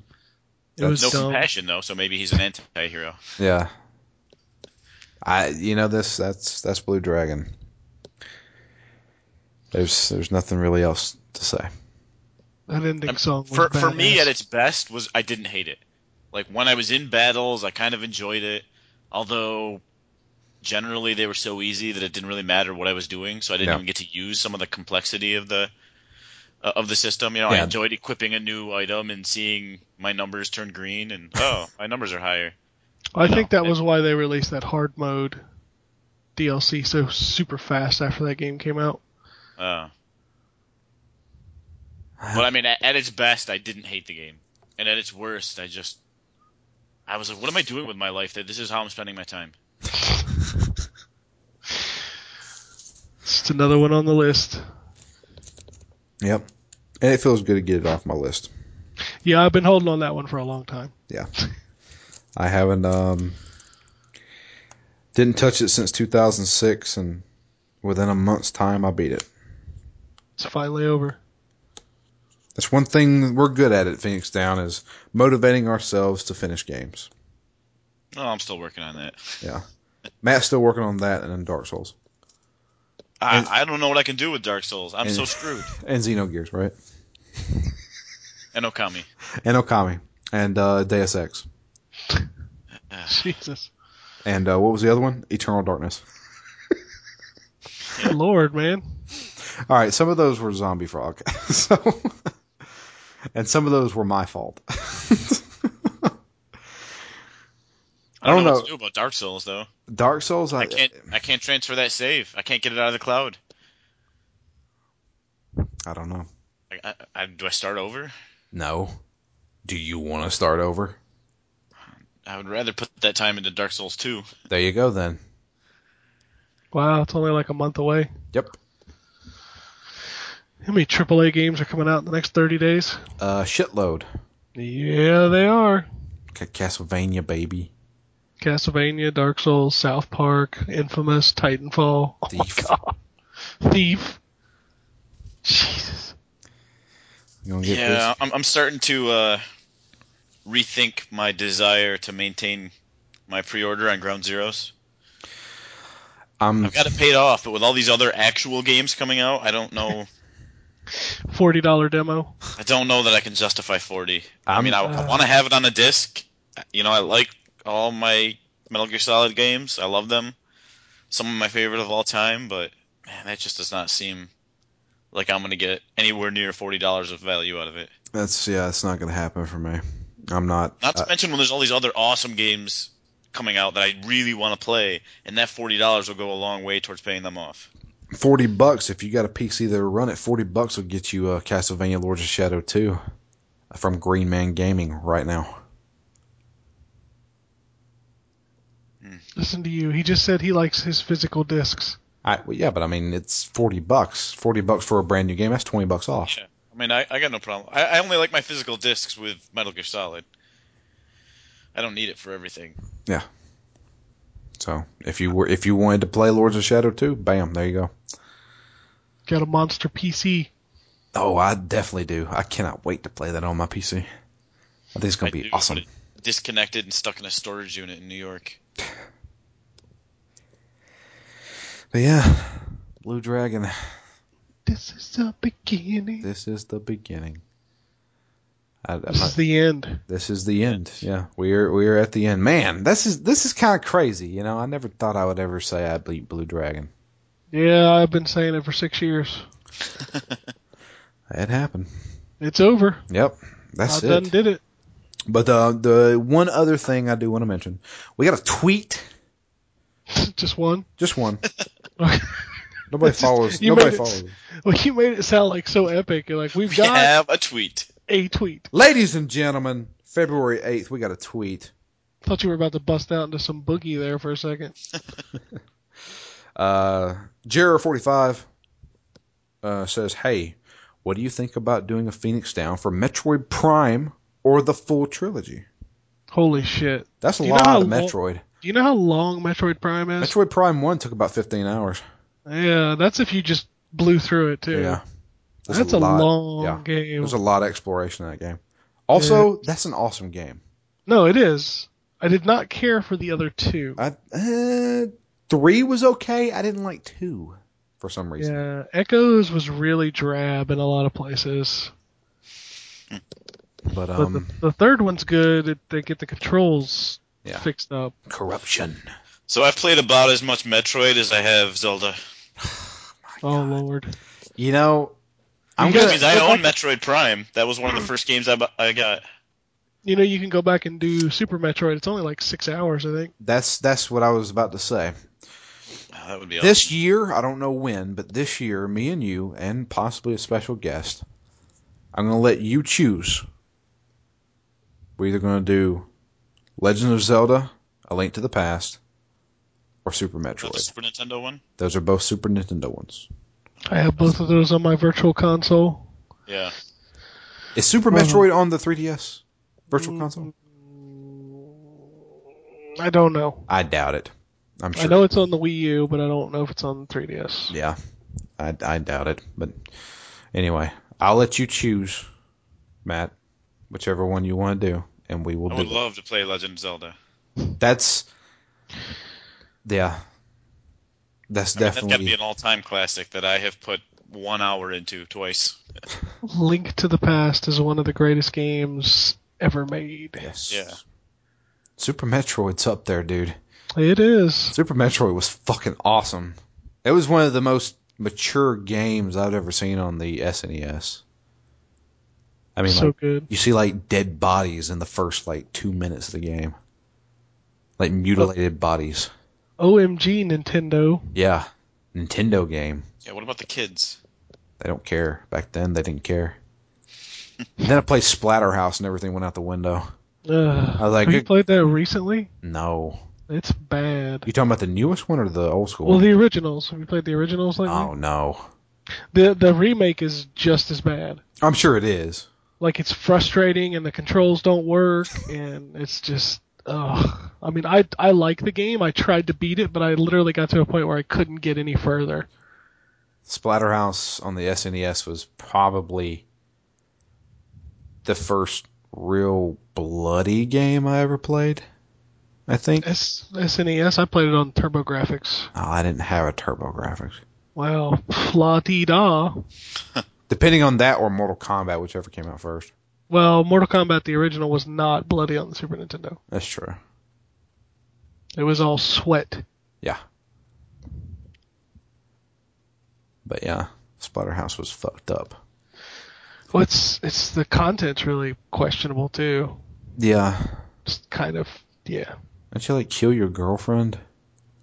Speaker 3: It was
Speaker 2: No
Speaker 3: dumb.
Speaker 2: compassion, though, so maybe he's an anti-hero.
Speaker 1: Yeah. I you know this that's that's Blue Dragon. There's there's nothing really else to say.
Speaker 3: That ending
Speaker 2: I'm-
Speaker 3: song. Was
Speaker 2: Um, For for me,
Speaker 3: badass.
Speaker 2: at its best, was I didn't hate it. Like when I was in battles, I kind of enjoyed it. Although generally they were so easy that it didn't really matter what I was doing, so I didn't
Speaker 1: Yeah.
Speaker 2: even get to use some of the complexity of the uh, of the system. You know,
Speaker 1: Yeah.
Speaker 2: I enjoyed equipping a new item and seeing my numbers turn green, and
Speaker 1: (laughs)
Speaker 2: oh, my numbers are higher.
Speaker 3: I think
Speaker 2: No.
Speaker 3: that was why they released that hard mode DLC so super fast after that game came out.
Speaker 2: Uh, but I mean, at, at its best, I didn't hate the game, and at its worst, I just I was like, what am I doing with my life? That this is how I'm spending my time.
Speaker 3: It's just another one on the list.
Speaker 1: Yep. And it feels good to get it off my list.
Speaker 3: Yeah, I've been holding on that one for a long time.
Speaker 1: I haven't um didn't touch it since 2006 and within a month's time I beat it.
Speaker 3: It's finally over. (laughs)
Speaker 1: That's one thing we're good at at Phoenix Down is motivating ourselves to finish games.
Speaker 2: No, Oh, I'm still working on that.
Speaker 1: Matt's still working on that and then Dark Souls And-
Speaker 2: I, I don't know what I can do with Dark Souls. I'm
Speaker 1: and-
Speaker 2: so screwed.
Speaker 1: and Xenogears, right?
Speaker 2: And Okami.
Speaker 1: And Okami and uh Deus Ex.
Speaker 3: Jesus.
Speaker 1: And uh, what was the other one? Eternal Darkness.
Speaker 3: Lord, man.
Speaker 1: All right, some of those were Zombie Frog. (laughs) so and some of those were my fault. (laughs)
Speaker 2: I don't,
Speaker 1: (laughs) I don't
Speaker 2: know,
Speaker 1: know. uh,
Speaker 2: what to do about Dark Souls though.
Speaker 1: Dark Souls
Speaker 2: I can't I can't transfer that save. I can't get it out of the cloud.
Speaker 1: I don't know.
Speaker 2: Like, I, I, do I start over?
Speaker 1: No. Do you want to start over?
Speaker 2: I would rather put that time into Dark Souls 2.
Speaker 1: There you go then.
Speaker 3: Wow, it's only like a month away.
Speaker 1: Yep.
Speaker 3: How many AAA games are coming out in the next 30 days?
Speaker 1: Uh, shitload.
Speaker 3: Yeah, they are.
Speaker 1: Ca- Castlevania, baby.
Speaker 3: Castlevania, Dark Souls, South Park, Infamous, Titanfall. Oh my
Speaker 1: Thief.
Speaker 3: God. Thief. Jesus.
Speaker 1: You gonna get
Speaker 2: Yeah, I'm, I'm starting to uh, rethink my desire to maintain my pre-order on Ground
Speaker 1: this?
Speaker 2: Zeroes.
Speaker 1: I'm
Speaker 2: I've got it paid off, but with all these other actual games coming out, I
Speaker 1: (laughs)
Speaker 2: don't know.
Speaker 3: $40 demo.
Speaker 2: I don't know that I can justify 40. I
Speaker 1: I'm-
Speaker 2: mean, I,
Speaker 3: uh,
Speaker 2: I want to have it on a disc. You know, I like all my Metal Gear Solid games. I love them. Some of my favorite of all time, but man, that just does not seem like I'm going to get anywhere near $40 of value out of it.
Speaker 1: that's yeah, it's not gonna happen for me. I'm not.
Speaker 2: Not to
Speaker 1: uh,
Speaker 2: mention when there's all these other awesome games coming out that I really want to play, and that forty dollars will go a long way towards paying them off.
Speaker 1: forty bucks if you got a PC that will run it. Forty bucks will get you uh, Castlevania: Lords of Shadow two uh, from Green Man Gaming right now.
Speaker 3: Listen to you. He just said he likes his physical discs.
Speaker 1: I, well, yeah, but I mean it's forty bucks. Forty bucks for a brand new game. That's twenty bucks off.
Speaker 2: Yeah. I mean, I, I got no problem. I, I only like my physical discs with Metal Gear Solid. I don't need it for everything.
Speaker 1: So if you were if you wanted to play Lords of Shadow two, bam, there you go.
Speaker 3: Got a monster PC.
Speaker 1: Oh, I definitely do. I cannot wait to play that on my PC. I think it's gonna
Speaker 2: I
Speaker 1: be
Speaker 2: do, but
Speaker 1: awesome.
Speaker 2: it- Disconnected and stuck in a storage unit in
Speaker 1: (laughs)
Speaker 2: New York.
Speaker 1: But yeah, Blue Dragon.
Speaker 3: This is the beginning.
Speaker 1: This is the beginning. I, I'm
Speaker 3: This
Speaker 1: not-
Speaker 3: is (laughs) the end.
Speaker 1: this is the end. Yeah, we're we're at the end. Man, this is this is kind of crazy. You know, I never thought I would ever say I beat Blue Dragon.
Speaker 3: Yeah, I've been saying it for six years.
Speaker 1: It happened.
Speaker 3: It's over.
Speaker 1: Yep, that's
Speaker 3: I
Speaker 1: it.
Speaker 3: done did it. (laughs)
Speaker 1: But uh, the one other thing I do want to mention, we got a tweet.
Speaker 3: just one. (laughs)
Speaker 1: Just
Speaker 2: (laughs)
Speaker 1: one.
Speaker 3: Okay.
Speaker 1: Nobody
Speaker 3: Just-
Speaker 1: follows.
Speaker 3: you
Speaker 1: nobody
Speaker 3: made it-
Speaker 1: follows.
Speaker 3: Well, you made it sound like so epic. You're like, we've
Speaker 2: We
Speaker 3: got
Speaker 2: have a tweet.
Speaker 3: a tweet.
Speaker 1: Ladies and gentlemen, February eighth, we got a tweet.
Speaker 3: Thought you were about to bust out into some boogie there for a second.
Speaker 1: Uh, Jero45 uh, says, Hey, what do you think about doing a Phoenix Down for Metroid Prime or the full trilogy?
Speaker 3: Holy shit.
Speaker 1: That's a
Speaker 3: Do you know
Speaker 1: lot
Speaker 3: how
Speaker 1: of
Speaker 3: long-
Speaker 1: Metroid.
Speaker 3: Do you know how long Metroid Prime is?
Speaker 1: Metroid Prime 1 took about 15 hours.
Speaker 3: yeah, that's if you just blew through it, too.
Speaker 1: Yeah.
Speaker 3: That's,
Speaker 1: There's
Speaker 3: a,
Speaker 1: lot.
Speaker 3: long
Speaker 1: yeah.
Speaker 3: game.
Speaker 1: There's a lot of exploration in that game. Also, that's an awesome game.
Speaker 3: No, it is. I did not care for the other two.
Speaker 1: I, uh, 3 was okay. I didn't like 2 for some reason.
Speaker 3: Yeah, Echoes was really drab in a lot of places.
Speaker 1: But,
Speaker 3: But
Speaker 1: um,
Speaker 3: the, the third one's good. It, they get the controls
Speaker 1: Yeah.
Speaker 3: fixed up.
Speaker 1: corruption.
Speaker 2: So I've played about as much Metroid as I have Zelda.
Speaker 3: Oh, Lord.
Speaker 1: You know, I'm
Speaker 3: You guys-
Speaker 1: going
Speaker 2: Which
Speaker 1: to.
Speaker 2: means
Speaker 1: (laughs)
Speaker 2: I own Metroid Prime. That was one of the first games I, bu- I got.
Speaker 3: You know, you can go back and do Super Metroid. It's only like six hours, I think.
Speaker 1: That's, that's what I was about to say.
Speaker 2: Oh, that would be awesome.
Speaker 1: This year, I don't know when, but this year, me and you, and possibly a special guest, I'm going to let you choose. We're either going to do Legend of Zelda, A Link to the Past, or Super
Speaker 2: That's the
Speaker 1: Metroid.
Speaker 2: Super Nintendo one.
Speaker 1: Those are both Super Nintendo ones.
Speaker 3: I have both of those on my virtual console.
Speaker 2: Yeah.
Speaker 1: Is Super
Speaker 3: Uh-huh. Mm.
Speaker 1: Metroid on the 3DS Virtual Console?
Speaker 3: I don't know.
Speaker 1: I doubt it. I'm sure.
Speaker 3: I know it's on the Wii U, but I don't know if it's on the 3DS.
Speaker 1: Yeah, I, I doubt it. But anyway, I'll let you choose, Matt, whichever one you want to do, and we will
Speaker 2: I
Speaker 1: do
Speaker 2: would
Speaker 1: it.
Speaker 2: love to play Legend of Zelda.
Speaker 1: That's yeah. That's
Speaker 2: I mean, that's got to
Speaker 1: definitely
Speaker 2: be an all-time classic that I have put one hour into twice.
Speaker 3: Link to the Past is one of the greatest games ever made.
Speaker 1: yes.
Speaker 2: Yeah.
Speaker 1: Super Metroid's up there, dude.
Speaker 3: It is.
Speaker 1: Super Metroid was fucking awesome. It was one of the most mature games I've ever seen on the SNES. I mean,
Speaker 3: so
Speaker 1: like,
Speaker 3: good.
Speaker 1: you see like dead bodies in the first like two minutes of the game, like mutilated bodies.
Speaker 3: OMG, Nintendo.
Speaker 1: Yeah, Nintendo game.
Speaker 2: Yeah, what about the kids? (laughs)
Speaker 1: They don't care. Back then, they didn't care. (laughs) then I played Splatterhouse and everything went out the window.
Speaker 3: Ugh.
Speaker 1: I was like,
Speaker 3: Have you
Speaker 1: "Good-
Speaker 3: played that recently?
Speaker 1: No.
Speaker 3: It's bad.
Speaker 1: You talking about the newest one or the old school?
Speaker 3: Well,
Speaker 1: one?
Speaker 3: the originals. Have you played the originals lately?
Speaker 1: oh no.
Speaker 3: The the remake is just as bad.
Speaker 1: I'm sure it is.
Speaker 3: Like it's frustrating and the controls don't work and it's just ugh. I mean, I I like the game. I tried to beat it, but I literally got to a point where I couldn't get any further.
Speaker 1: Splatterhouse on the SNES was probably the first real bloody game I ever played. I think. Oh,
Speaker 3: S- SNES, I played it on TurboGrafx.
Speaker 1: I didn't have a Turbo Graphics.
Speaker 3: Wow, la dee da.
Speaker 1: Depending on that or Mortal Kombat, whichever came out first.
Speaker 3: Well, Mortal Kombat the original was not bloody on the Super Nintendo.
Speaker 1: That's true.
Speaker 3: It was all sweat.
Speaker 1: But yeah, Splatterhouse was fucked up.
Speaker 3: Well, it's it's the content's really questionable too.
Speaker 1: Yeah.
Speaker 3: Just kind of yeah.
Speaker 1: Don't you like kill your girlfriend?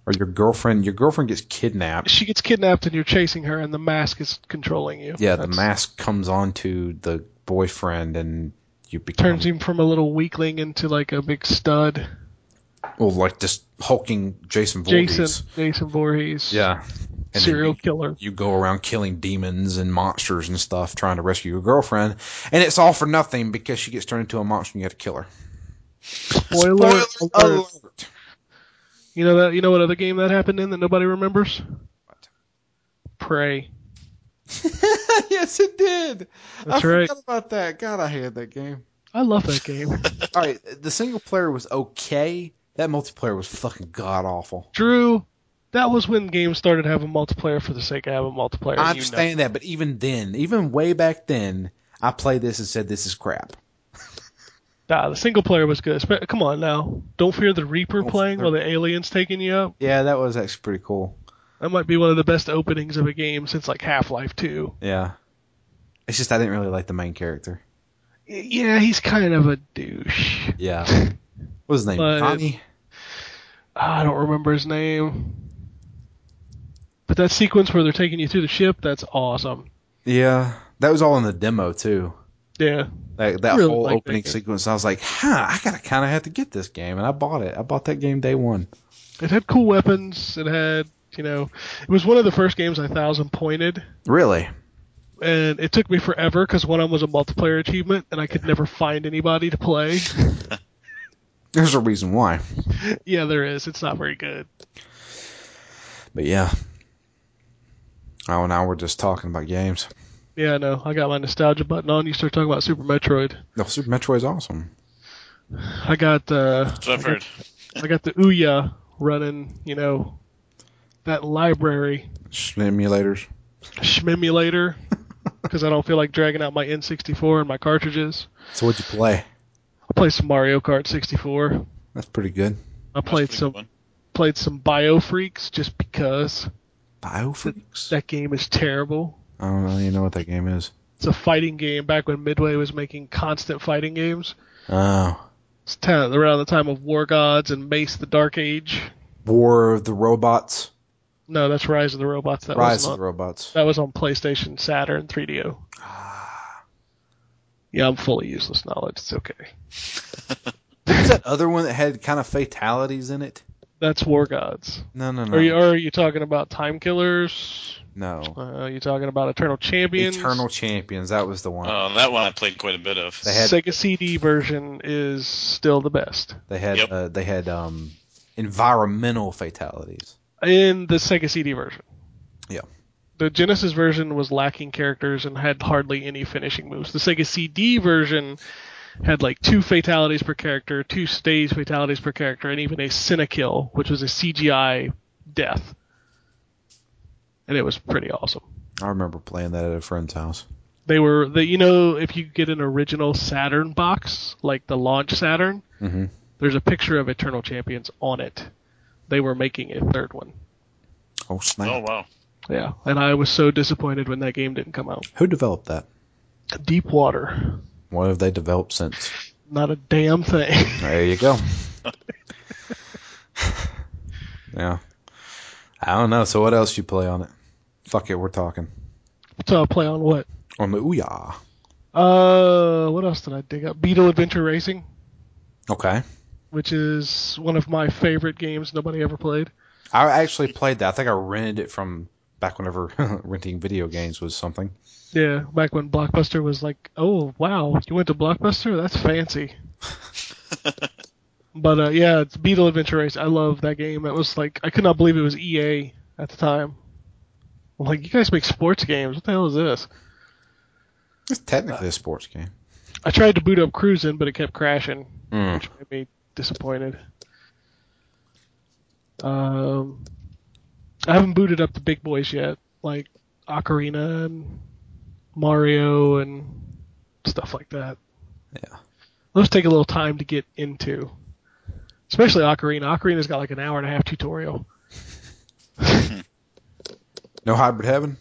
Speaker 1: Or your girlfriend? Your girlfriend gets kidnapped.
Speaker 3: She gets kidnapped and you're chasing her, and the mask is controlling you.
Speaker 1: Yeah, the
Speaker 3: That's-
Speaker 1: mask comes onto the boyfriend, and you become
Speaker 3: turns him from a little weakling into like a big stud.
Speaker 1: well, like this hulking Jason Voorhees.
Speaker 3: Jason Jason Voorhees.
Speaker 1: Yeah. then
Speaker 3: serial
Speaker 1: you-
Speaker 3: killer.
Speaker 1: you go around killing demons and monsters and stuff trying to rescue your girlfriend and it's all for nothing because she gets turned into a monster and you have to kill her
Speaker 3: Spoiler, alert.
Speaker 1: alert.
Speaker 3: You know that you know what other game that happened in that nobody remembers?
Speaker 1: What?
Speaker 3: Prey.
Speaker 1: (laughs) yes it did
Speaker 3: That's
Speaker 1: i
Speaker 3: right.
Speaker 1: forgot about that god i hated that game
Speaker 3: I love that game.
Speaker 1: all right the single player was okay that multiplayer was fucking god awful
Speaker 3: Drew, that was when games started having multiplayer for the sake of having multiplayer.
Speaker 1: i
Speaker 3: You
Speaker 1: understand that but even then even way back then i played this and said this is crap
Speaker 3: know. Nah, the single player was good. Spe- Come on now. Don't fear the Reaper
Speaker 1: Don't
Speaker 3: playing
Speaker 1: Fear-
Speaker 3: while the alien's taking you up.
Speaker 1: yeah that was actually pretty cool
Speaker 3: That might be one of the best openings of a game since like Half Life 2.
Speaker 1: yeah it's just i didn't really like the main character
Speaker 3: Y- Yeah, he's kind of a douche. (sighs)
Speaker 1: yeah what was his name
Speaker 3: But-
Speaker 1: Connie?
Speaker 3: Ah, I don't remember his name. But that sequence where they're taking you through the ship, that's awesome.
Speaker 1: Yeah, that was all in the demo too.
Speaker 3: Yeah.
Speaker 1: Like that
Speaker 3: Really
Speaker 1: whole
Speaker 3: like that
Speaker 1: opening
Speaker 3: game.
Speaker 1: sequence, I was like, "Huh, I gotta kind of have to get this game," and I bought it. I bought that game day one.
Speaker 3: It had cool weapons. It had, you know, it was one of the first games I thousand pointed.
Speaker 1: Really?
Speaker 3: and it took me forever because one of them was a multiplayer achievement, and I could never find anybody to play.
Speaker 1: There's a reason why.
Speaker 3: yeah, there is. It's not very good.
Speaker 1: But yeah. Oh, now we're just talking about games.
Speaker 3: Yeah, I know. I got my nostalgia button on. You start talking about Super Metroid.
Speaker 1: No, Super Metroid's awesome.
Speaker 3: I got uh,
Speaker 2: That's what I've heard.
Speaker 3: I got the Ouya running. You know, that library
Speaker 1: Simulators. (laughs)
Speaker 3: shmemulator because I don't feel like dragging out my N64 and my cartridges.
Speaker 1: So what'd you play?
Speaker 3: I played some Mario Kart 64.
Speaker 1: That's pretty good.
Speaker 3: I
Speaker 2: That's a
Speaker 3: played
Speaker 2: pretty
Speaker 3: some
Speaker 2: good one.
Speaker 3: played some Bio Freaks just because
Speaker 1: Biofreaks.
Speaker 3: that game is terrible.
Speaker 1: I don't really know what that game is.
Speaker 3: It's a fighting game back when Midway was making constant fighting games.
Speaker 1: Oh,
Speaker 3: It's ti- around the time of War Gods and Mace the Dark Age.
Speaker 1: War of the Robots.
Speaker 3: No, that's Rise of the Robots. That
Speaker 1: Rise
Speaker 3: was
Speaker 1: of the
Speaker 3: on,
Speaker 1: Robots.
Speaker 3: that was on PlayStation, Saturn, 3DO.
Speaker 1: Ah.
Speaker 3: Yeah, I'm fully useless knowledge. It's okay.
Speaker 1: What's that other one that had kind of fatalities in it?
Speaker 3: That's War Gods.
Speaker 1: No, no, no.
Speaker 3: Are you are you talking about Time Killers?
Speaker 1: no.
Speaker 3: Uh, are you talking about Eternal Champions? Uh,
Speaker 1: Eternal Champions. That was the one.
Speaker 2: Oh, that one I played quite a bit of.
Speaker 1: They had-
Speaker 3: Sega CD version is still the best.
Speaker 1: they had
Speaker 2: Yep.
Speaker 1: uh, they had um, environmental fatalities.
Speaker 3: in the Sega CD version.
Speaker 1: Yeah.
Speaker 3: The Genesis version was lacking characters and had hardly any finishing moves. The Sega CD version had like two fatalities per character, two stage fatalities per character, and even a Cinekill, which was a CGI death. And it was pretty awesome.
Speaker 1: I remember playing that at a friend's house.
Speaker 3: They were, the, you know, if you get an original Saturn box, like the launch Saturn,
Speaker 1: Mm-hmm.
Speaker 3: there's a picture of Eternal Champions on it. They were making a third one.
Speaker 1: Oh snap!
Speaker 2: Oh wow. (laughs)
Speaker 3: Yeah, and I was so disappointed when that game didn't come out.
Speaker 1: Who developed that?
Speaker 3: Deep Water,
Speaker 1: What have they developed since?
Speaker 3: not a damn thing. (laughs)
Speaker 1: There you (laughs) go. yeah. I don't know. So what else you play on it? Fuck it, we're talking
Speaker 3: so I play on what?
Speaker 1: on the Ouya.
Speaker 3: Uh, what else did I dig up? Beetle Adventure Racing,
Speaker 1: Okay.
Speaker 3: which is one of my favorite games nobody ever played.
Speaker 1: I actually played that. I think I rented it from back whenever (laughs) renting video games was something.
Speaker 3: Yeah, back when Blockbuster was like, oh wow, you went to Blockbuster? That's fancy. but uh, yeah, it's Beetle Adventure Race. I love that game. That was like I could not believe it was EA at the time. I'm like, you guys make sports games? What the hell is this?
Speaker 1: It's technically a sports game.
Speaker 3: I tried to boot up Cruisin', but it kept crashing,
Speaker 1: Mm.
Speaker 3: which made me disappointed. Um, I haven't booted up the big boys yet, like Ocarina and Mario and stuff like that.
Speaker 1: Yeah.
Speaker 3: Those take a little time to get into, especially Ocarina. Ocarina's got like an hour and a half tutorial.
Speaker 1: No hybrid heaven.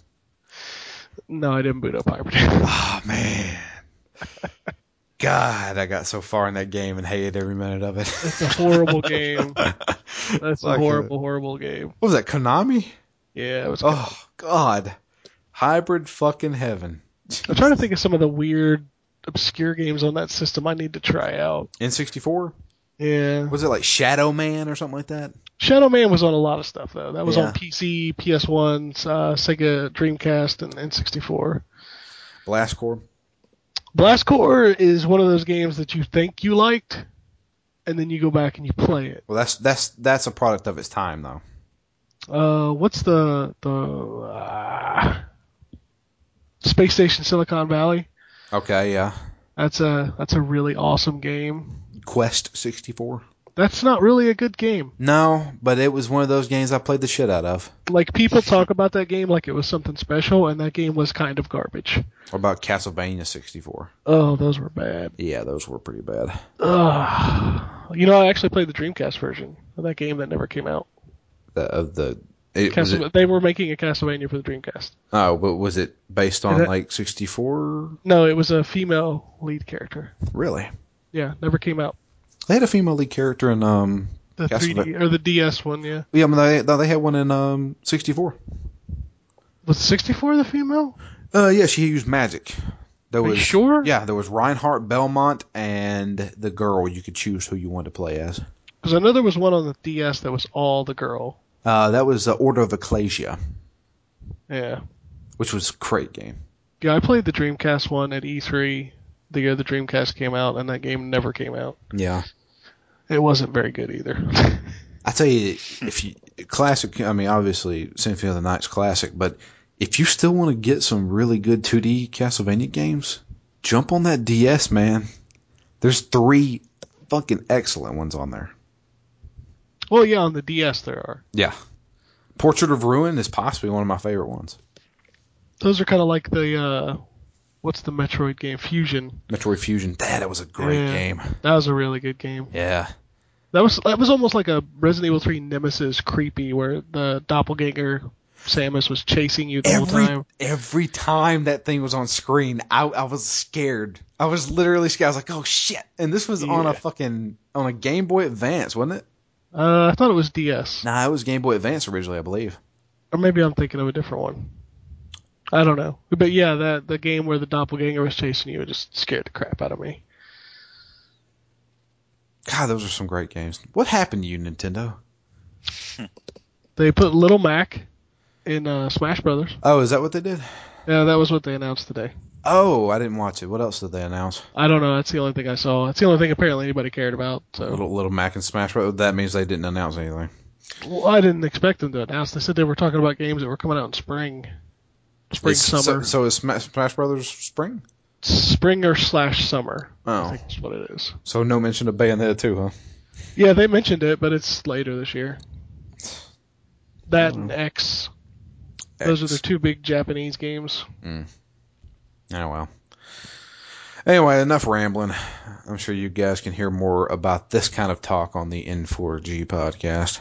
Speaker 3: No, I didn't boot up Hybrid.
Speaker 1: Oh man. (laughs) God, I got so far in that game and hated every minute of it.
Speaker 3: It's a
Speaker 1: (laughs)
Speaker 3: horrible game. That's a
Speaker 1: Like a-
Speaker 3: horrible, horrible game.
Speaker 1: What was that, Konami?
Speaker 3: Yeah, it was.
Speaker 1: Oh God, hybrid fucking heaven.
Speaker 3: I'm trying to think of some of the weird, obscure games on that system I need to try out.
Speaker 1: N64
Speaker 3: Yeah.
Speaker 1: was it like Shadow Man or something like that?
Speaker 3: Shadow Man was on a lot of stuff, though. That was
Speaker 1: Yeah.
Speaker 3: on PC, PS1, uh, Sega Dreamcast, and N64.
Speaker 1: Blast Corps.
Speaker 3: Blast Core is one of those games that you think you liked, and then you go back and you play it.
Speaker 1: Well, that's that's that's a product of its time though.
Speaker 3: Uh, what's the. the uh, Space Station Silicon Valley?
Speaker 1: Okay, yeah.
Speaker 3: That's a that's a really awesome game.
Speaker 1: Quest 64.
Speaker 3: That's not really a good game.
Speaker 1: No, but it was one of those games I played the shit out of.
Speaker 3: like people talk about that game like it was something special and that game was kind of garbage
Speaker 1: What about Castlevania 64?
Speaker 3: oh those were bad
Speaker 1: Yeah, those were pretty bad.
Speaker 3: Ugh. you know i actually played the dreamcast version of that game that never came out
Speaker 1: The of the it, was
Speaker 3: Castle-
Speaker 1: it,
Speaker 3: they were making a castlevania for the dreamcast
Speaker 1: oh, but was it based on
Speaker 3: Is it-
Speaker 1: like 64?
Speaker 3: no it was a female lead character
Speaker 1: Really?
Speaker 3: yeah never came out
Speaker 1: They had a female lead character in um
Speaker 3: the
Speaker 1: Castleva-
Speaker 3: 3d or the ds one yeah
Speaker 1: yeah, I mean, they, no, they had one in um 64.
Speaker 3: was 64 the female
Speaker 1: Uh yeah, she used magic. There
Speaker 3: are you
Speaker 1: was
Speaker 3: sure
Speaker 1: Yeah, there was Reinhardt Belmont and the girl. You could choose who you wanted to play as.
Speaker 3: because i know there was one on the ds that was all the girl
Speaker 1: Uh, that was uh, Order of Ecclesia,
Speaker 3: yeah
Speaker 1: which was a great game.
Speaker 3: yeah i played the dreamcast one at e3 the year the dreamcast came out and that game never came out
Speaker 1: Yeah,
Speaker 3: It wasn't very good either. (laughs)
Speaker 1: I tell you, if you classic, I mean, obviously Symphony of the Night's classic, but if you still want to get some really good 2D Castlevania games, jump on that DS, man. There's three fucking excellent ones on there.
Speaker 3: well, yeah, on the DS there are.
Speaker 1: Yeah, Portrait of Ruin is possibly one of my favorite ones.
Speaker 3: Those are kind of like the uh, what's the Metroid game Fusion.
Speaker 1: Metroid Fusion, that that was a great
Speaker 3: Yeah.
Speaker 1: game.
Speaker 3: That was a really good game.
Speaker 1: Yeah.
Speaker 3: That was that was almost like a Resident Evil 3 Nemesis creepy, where the doppelganger Samus was chasing you the whole
Speaker 1: every
Speaker 3: time.
Speaker 1: every time that thing was on screen, I, I was scared. I was literally scared. I was like, "Oh shit!" And this was on
Speaker 3: Yeah.
Speaker 1: a fucking on a Game Boy Advance, wasn't it?
Speaker 3: Uh, I thought it was DS,
Speaker 1: Nah, it was Game Boy Advance originally, I believe.
Speaker 3: or maybe I'm thinking of a different one. I don't know, but yeah, that the game where the doppelganger was chasing you it just scared the crap out of me.
Speaker 1: God, those are some great games. What happened to you, Nintendo?
Speaker 3: They put Little Mac in uh, Smash Brothers.
Speaker 1: Oh, is that what they did?
Speaker 3: Yeah, that was what they announced today.
Speaker 1: Oh, I didn't watch it. What else did they announce?
Speaker 3: I don't know. That's the only thing I saw. That's the only thing apparently anybody cared about. So
Speaker 1: Little Little Mac and Smash Bros. That means they didn't announce anything.
Speaker 3: well, I didn't expect them to announce. They said they were talking about games that were coming out in spring, spring,
Speaker 1: It's- So,
Speaker 3: summer,
Speaker 1: so is Sma- Smash Brothers spring?
Speaker 3: spring or slash summer. I
Speaker 1: Oh,
Speaker 3: think that's what it is.
Speaker 1: so no mention of Bayonetta too, huh?
Speaker 3: Yeah, they mentioned it, but it's later this year. That and X. Those are the
Speaker 1: Hmm. X.
Speaker 3: two big Japanese games.
Speaker 1: Oh well. Anyway, enough rambling. I'm sure you guys can hear more about this kind of talk on the N4G podcast.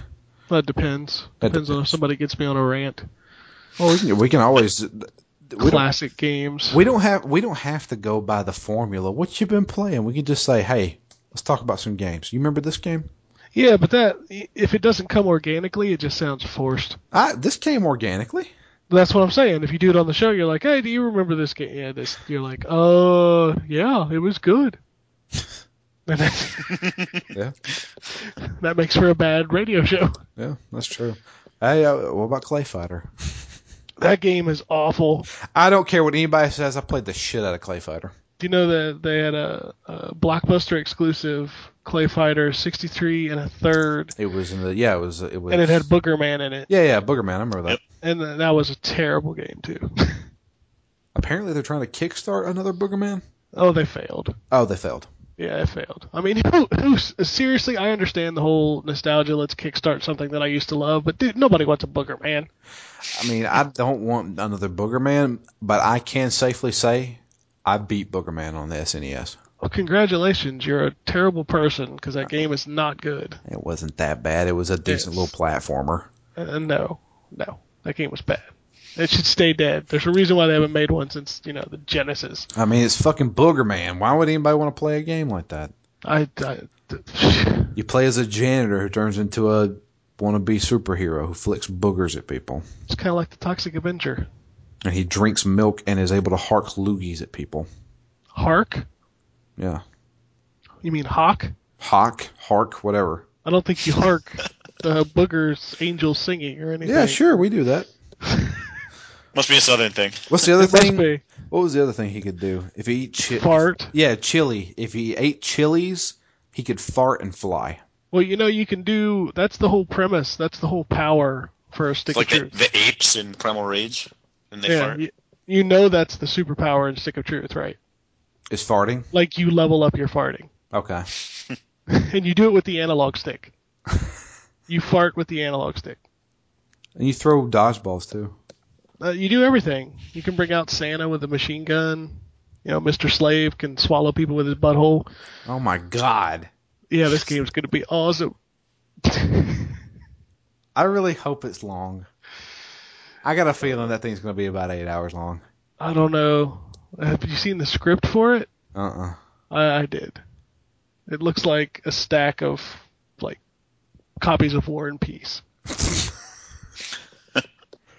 Speaker 3: That depends.
Speaker 1: That
Speaker 3: depends on if somebody gets me on a rant.
Speaker 1: Well, we can, we can always we don't,
Speaker 3: Classic games.
Speaker 1: we don't have we don't have to go by the formula. What you've been playing, we can just say, hey, let's talk about some games. You remember this game?
Speaker 3: Yeah, but that if it doesn't come organically, it just sounds forced.
Speaker 1: I this came organically.
Speaker 3: That's what I'm saying. If you do it on the show, you're like, "Hey, do you remember this game?" Yeah, this. You're like, "Uh, yeah, it was good." (laughs) And that's,
Speaker 1: Yeah.
Speaker 3: (laughs) that makes for a bad radio show.
Speaker 1: Yeah, that's true. Hey, uh, what about Clay Fighter?
Speaker 3: That game is awful.
Speaker 1: I don't care what anybody says. I played the shit out of Clay Fighter.
Speaker 3: Do you know that they had a, a blockbuster exclusive Clay Fighter 63 and a third,
Speaker 1: It was in the yeah, it was it was
Speaker 3: and it had Booger Man in it,
Speaker 1: yeah yeah Booger Man. I remember that.
Speaker 2: Yep.
Speaker 3: and th- that was a terrible game too. (laughs)
Speaker 1: Apparently they're trying to kickstart another Booger Man.
Speaker 3: oh, they failed.
Speaker 1: Oh, they failed.
Speaker 3: Yeah, it failed. I mean, (laughs) who, who? Seriously, I understand the whole nostalgia. Let's kickstart something that I used to love, but dude, nobody wants a Booger Man.
Speaker 1: I mean, I don't want another Booger Man, but I can safely say I beat Booger Man on the E SNES.
Speaker 3: Well, congratulations, you're a terrible person because that game is not good.
Speaker 1: It wasn't that bad. It was a decent
Speaker 3: Yes.
Speaker 1: little platformer.
Speaker 3: And, and Uh, no, no, that game was bad. It should stay dead. There's a reason why they haven't made one since you know the Genesis.
Speaker 1: I mean, it's fucking Booger Man. Why would anybody want to play a game like that?
Speaker 3: I, I (sighs) th-
Speaker 1: You play as a janitor who turns into a wannabe superhero who flicks boogers at people,
Speaker 3: it's kind of like the Toxic Avenger.
Speaker 1: and he drinks milk and is able to hark loogies at people.
Speaker 3: Hark?
Speaker 1: Yeah,
Speaker 3: You mean Hawk?
Speaker 1: hawk, hark, whatever.
Speaker 3: I don't think
Speaker 1: (laughs)
Speaker 3: you hark the boogers angel singing or anything.
Speaker 1: Yeah, sure, we do that.
Speaker 2: Must be a southern thing.
Speaker 1: What's the other
Speaker 3: It must
Speaker 1: thing?
Speaker 3: be.
Speaker 1: What was the other thing he could do if he eat chi-
Speaker 3: Fart.
Speaker 1: Yeah, chili. If he ate chilies, he could fart and fly.
Speaker 3: Well, you know you can do. That's the whole premise. That's the whole power for a stick
Speaker 2: It's like
Speaker 3: of
Speaker 2: the,
Speaker 3: truth.
Speaker 2: the apes in Primal Rage, and they
Speaker 3: yeah,
Speaker 2: fart.
Speaker 3: You, you know that's the superpower in stick of truth, right?
Speaker 1: Is farting
Speaker 3: Like you level up your farting,
Speaker 1: okay?
Speaker 3: and you do it with the analog stick. you fart with the analog stick.
Speaker 1: And you throw dodgeballs too.
Speaker 3: Uh, you do everything. You can bring out Santa with a machine gun. You know, Mr. Slave can swallow people with his butthole.
Speaker 1: Oh my god!
Speaker 3: Yeah, this game's gonna be awesome.
Speaker 1: I really hope it's long. I got a feeling that thing's gonna be about eight hours long.
Speaker 3: I don't know. Have you seen the script for it?
Speaker 1: Uh uh
Speaker 3: I, I did. It looks like a stack of like copies of War and Peace.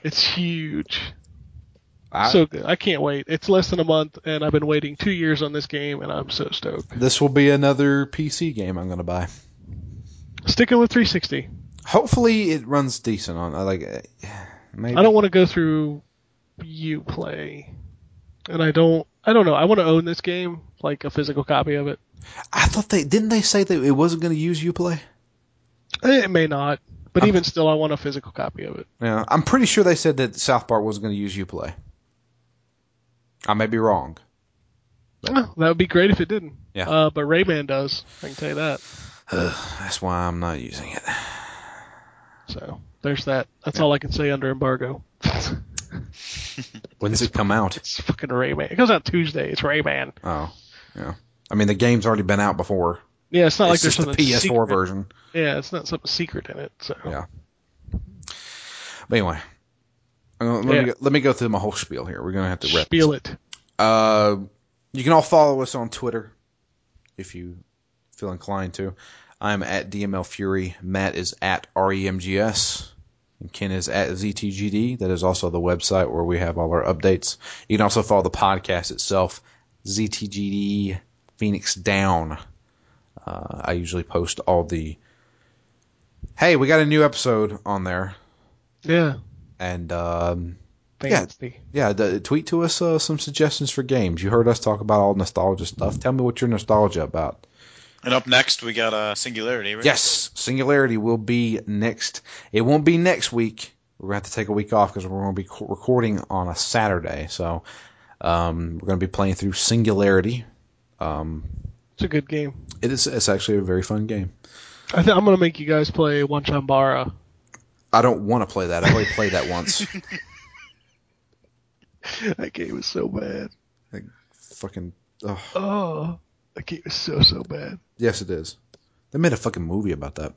Speaker 3: it's huge.
Speaker 1: I,
Speaker 3: so good. I can't wait. It's less than a month, and I've been waiting two years on this game, and I'm so stoked.
Speaker 1: this will be another PC game I'm gonna buy.
Speaker 3: Sticking with 360.
Speaker 1: Hopefully, it runs decent on I like. uh, Maybe.
Speaker 3: I don't want to go through you play, and I don't. I don't know. I want to own this game, like a physical copy of it.
Speaker 1: I thought they didn't they say that it wasn't gonna use UPlay.
Speaker 3: It may not, but
Speaker 1: I'm-
Speaker 3: even still, I want a physical copy of it.
Speaker 1: Yeah, I'm pretty sure they said that South Park wasn't going to use UPlay. I may be wrong.
Speaker 3: Oh, that would be great if it didn't.
Speaker 1: Yeah.
Speaker 3: Uh, but Rayman does. I can tell you that.
Speaker 1: That's why I'm not using it.
Speaker 3: So there's that. That's all I can say under embargo. (laughs)
Speaker 1: When's it come out?
Speaker 3: it's fucking Rayman. It comes out Tuesday. It's Rayman.
Speaker 1: Oh, yeah. I mean, the game's already been out before.
Speaker 3: Yeah, it's not like
Speaker 1: it's
Speaker 3: there's
Speaker 1: just the
Speaker 3: something
Speaker 1: PS4
Speaker 3: secret.
Speaker 1: version.
Speaker 3: Yeah, it's not something secret in it. So
Speaker 1: Yeah. But anyway, I'm gonna- let,
Speaker 3: Yeah.
Speaker 1: me go, let me go through my whole spiel here. We're going to have to wrap.
Speaker 3: spiel it.
Speaker 1: Uh, you can all follow us on Twitter if you feel inclined to. I'm at DML Fury. Matt is at E REMGS. And Ken is at ZTGD. That is also the website where we have all our updates. You can also follow the podcast itself, ZTGD Phoenix Down. Uh, I usually post all the. Hey, we got a new episode on there.
Speaker 3: Yeah.
Speaker 1: And um, Yeah.
Speaker 3: Fancy.
Speaker 1: yeah, the, tweet to us uh, some suggestions for games. You heard us talk about all nostalgia stuff. Tell me what your nostalgia about.
Speaker 2: And up next, we got uh, Singularity, right?
Speaker 1: Yes, Singularity will be next. It won't be next week. We're going to have to take a week off because we're going to be co- recording on a Saturday. So um, we're going to be playing through Singularity. Um,
Speaker 3: It's a good game.
Speaker 1: It is it's actually a very fun game.
Speaker 3: I th- I'm gonna make you guys play Wanchambara.
Speaker 1: I don't want to play that. I've already played that once.
Speaker 3: that game is so bad.
Speaker 1: fucking ugh.
Speaker 3: Oh, that game is so so bad.
Speaker 1: yes, it is. They made a fucking movie about that.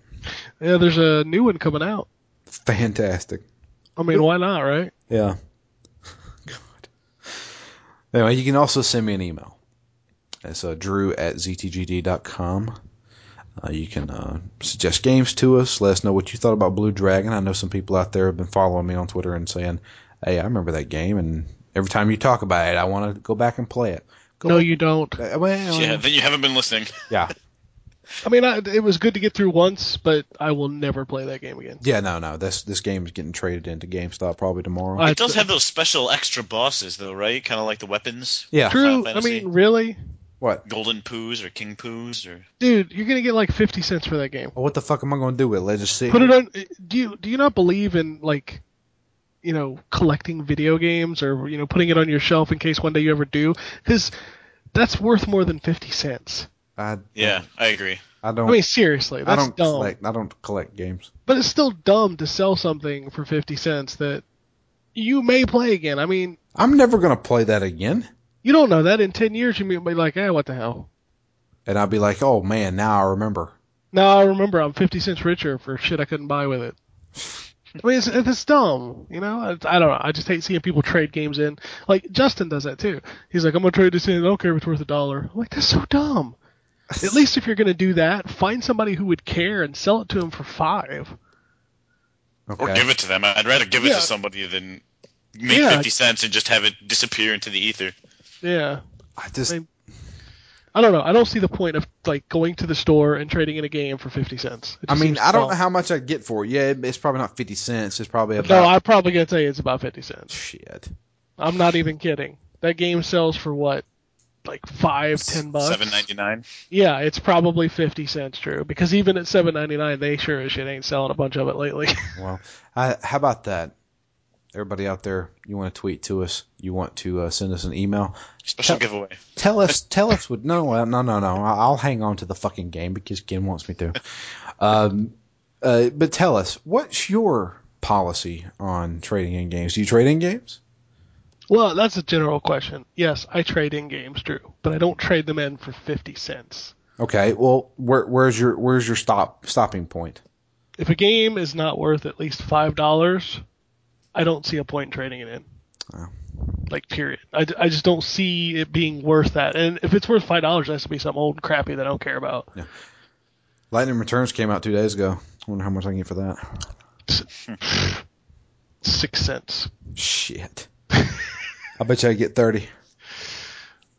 Speaker 3: Yeah, there's a new one coming out.
Speaker 1: Fantastic.
Speaker 3: I mean, why not, right?
Speaker 1: Yeah. (laughs) God. Anyway, you can also send me an email. It's uh, drew at ztgd.com. Uh, you can uh, suggest games to us. Let us know what you thought about Blue Dragon. I know some people out there have been following me on Twitter and saying, hey, I remember that game, and every time you talk about it, I want to go back and play it. Go
Speaker 3: No,
Speaker 1: back-
Speaker 3: you don't.
Speaker 1: Uh, well,
Speaker 3: Oh,
Speaker 2: Yeah, then you haven't been listening.
Speaker 1: yeah,
Speaker 3: I mean, I, it was good to get through once, but I will never play that game again.
Speaker 1: yeah. No, no. This this game is getting traded into GameStop probably tomorrow.
Speaker 3: I-
Speaker 2: It does have those special extra bosses, though, right? Kind of like the weapons,
Speaker 1: yeah.
Speaker 3: True. I
Speaker 2: Fantasy.
Speaker 3: mean, really,
Speaker 1: What?
Speaker 2: golden poos or king poos, or
Speaker 3: dude, you're gonna get like fifty cents for that game.
Speaker 1: Well, what the fuck am I going to do with it? Let's just see.
Speaker 3: Put it on. eh, Do you do you not believe in like, you know, collecting video games or you know putting it on your shelf in case one day you ever do? Because that's worth more than fifty cents.
Speaker 1: I,
Speaker 3: Mm.
Speaker 2: yeah, I agree.
Speaker 1: I
Speaker 3: I
Speaker 1: don't.
Speaker 3: mean, seriously,
Speaker 1: I
Speaker 3: that's
Speaker 1: don't
Speaker 3: dumb.
Speaker 1: collect. I don't collect games.
Speaker 3: But it's still dumb to sell something for fifty cents that you may play again. I mean,
Speaker 1: I'm never going to play that again.
Speaker 3: you don't know that. In ten years, you may be like, "Ah, what the hell."
Speaker 1: And I'd be like, oh man, now I remember.
Speaker 3: No, I remember I'm 50 cents richer for shit I couldn't buy with it. I mean, it's, it's dumb, you know. I, I don't know. I just hate seeing people trade games in. Like Justin does that too. He's like, "I'm gonna trade this in. I don't care if it's worth a dollar." I'm like, that's so dumb. (laughs) At least if you're gonna do that, find somebody who would care and sell it to him for five.
Speaker 1: Okay.
Speaker 2: Or give it to them. I'd rather give it
Speaker 3: Yeah.
Speaker 2: to somebody than make
Speaker 3: Yeah.
Speaker 2: fifty cents and just have it disappear into the ether.
Speaker 3: Yeah,
Speaker 1: I just.
Speaker 3: Same. I don't know. I don't see the point of like going to the store and trading in a game for 50 cents. It
Speaker 1: I
Speaker 3: just
Speaker 1: mean,
Speaker 3: seems
Speaker 1: I don't
Speaker 3: dumb.
Speaker 1: know how much I get for it. Yeah, it, it's probably not fifty cents. It's probably
Speaker 3: No,
Speaker 1: about
Speaker 3: I'm probably gonna tell you it's about 50 cents.
Speaker 1: shit.
Speaker 3: I'm not even kidding. That game sells for what? Like five, ten bucks.
Speaker 2: Seven ninety nine.
Speaker 3: Yeah, it's probably fifty cents true. Because even at seven ninety nine they sure as shit ain't selling a bunch of it lately. (laughs)
Speaker 1: Well, I, how about that? Everybody out there, you want to tweet to us? You want to uh, send us an email?
Speaker 2: Special
Speaker 1: Tell-
Speaker 2: giveaway.
Speaker 1: Tell
Speaker 3: (laughs)
Speaker 1: us, tell us what. No, uh, no, no, no. I- I'll hang on to the fucking game because Ken wants me to. Um, uh, but tell us, what's your policy on trading in games? Do you trade in games?
Speaker 3: well, that's a general question. Yes, I trade in games, Drew, but I don't trade them in for fifty cents.
Speaker 1: Okay. Well, where, where's your where's your stop stopping point?
Speaker 3: If a game is not worth at least five dollars, I don't see a point in trading it in.
Speaker 1: Wow.
Speaker 3: Like period. I, d- I just don't see it being worth that. And if it's worth five dollars, it has to be something old and crappy that I don't care about.
Speaker 1: Lightning Returns came out two days ago. I wonder how much I can get for that.
Speaker 3: Six cents.
Speaker 1: (laughs)
Speaker 3: (sighs)
Speaker 1: Shit. I bet you I get thirty.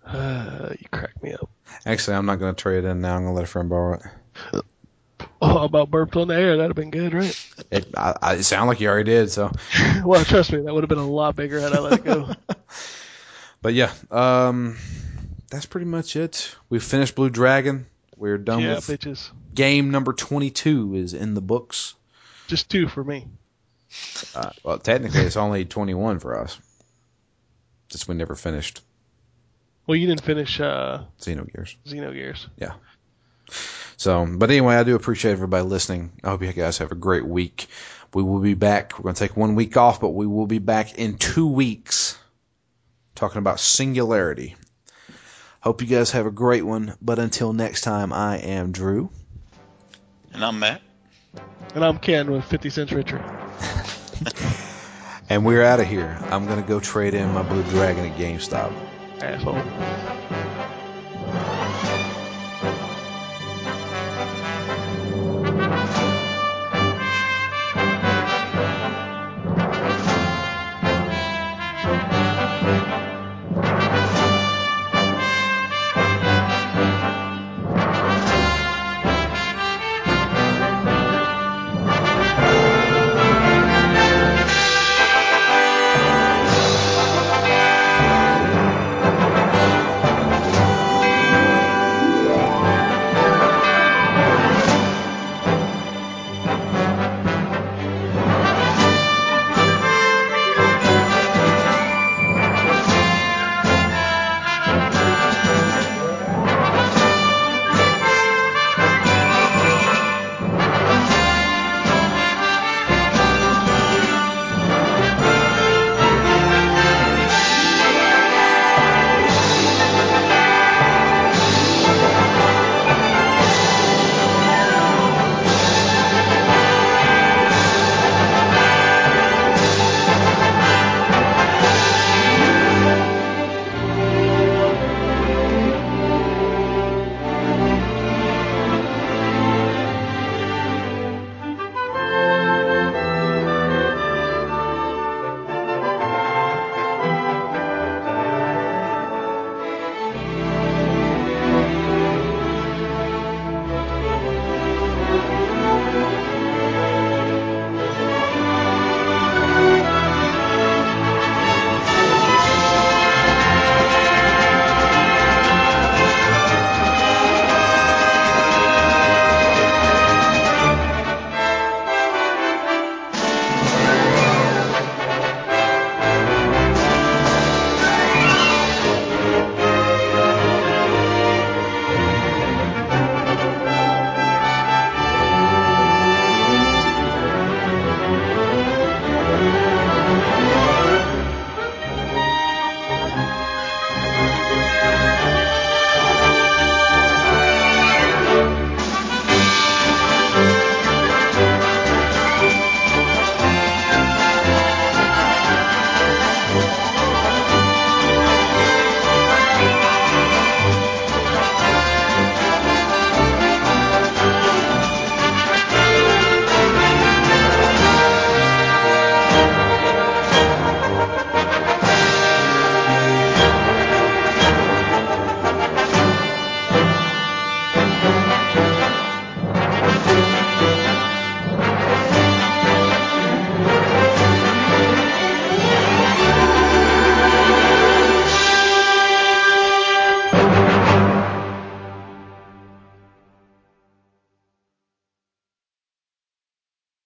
Speaker 3: Uh, you crack me up.
Speaker 1: Actually, I'm not going to trade it in now. I'm going to let a friend borrow it.
Speaker 3: Oh, about burped on the air. That'd have been good, right?
Speaker 1: It, I, I, it sounded like you already did. So,
Speaker 3: (laughs) Well, trust me, that would have been a lot bigger had I let it go.
Speaker 1: but yeah, um, that's pretty much it. We finished Blue Dragon. We're done
Speaker 3: yeah,
Speaker 1: with
Speaker 3: bitches.
Speaker 1: game number 22 is in the books.
Speaker 3: Just two for me.
Speaker 1: Uh, well, technically, it's only 21 for us. Since we never finished
Speaker 3: Well, you didn't finish uh,
Speaker 1: Xenogears.
Speaker 3: Xenogears.
Speaker 1: So, but anyway, I do appreciate everybody listening. I hope you guys have a great week. We will be back. We're going to take one week off, but we will be back in two weeks talking about singularity. Hope you guys have a great one. But until next time, I am Drew.
Speaker 2: And I'm Matt.
Speaker 3: And I'm Ken with 50 Cents Richer.
Speaker 1: And we're out of here. I'm going to go trade in my Blue Dragon at GameStop.
Speaker 3: Asshole.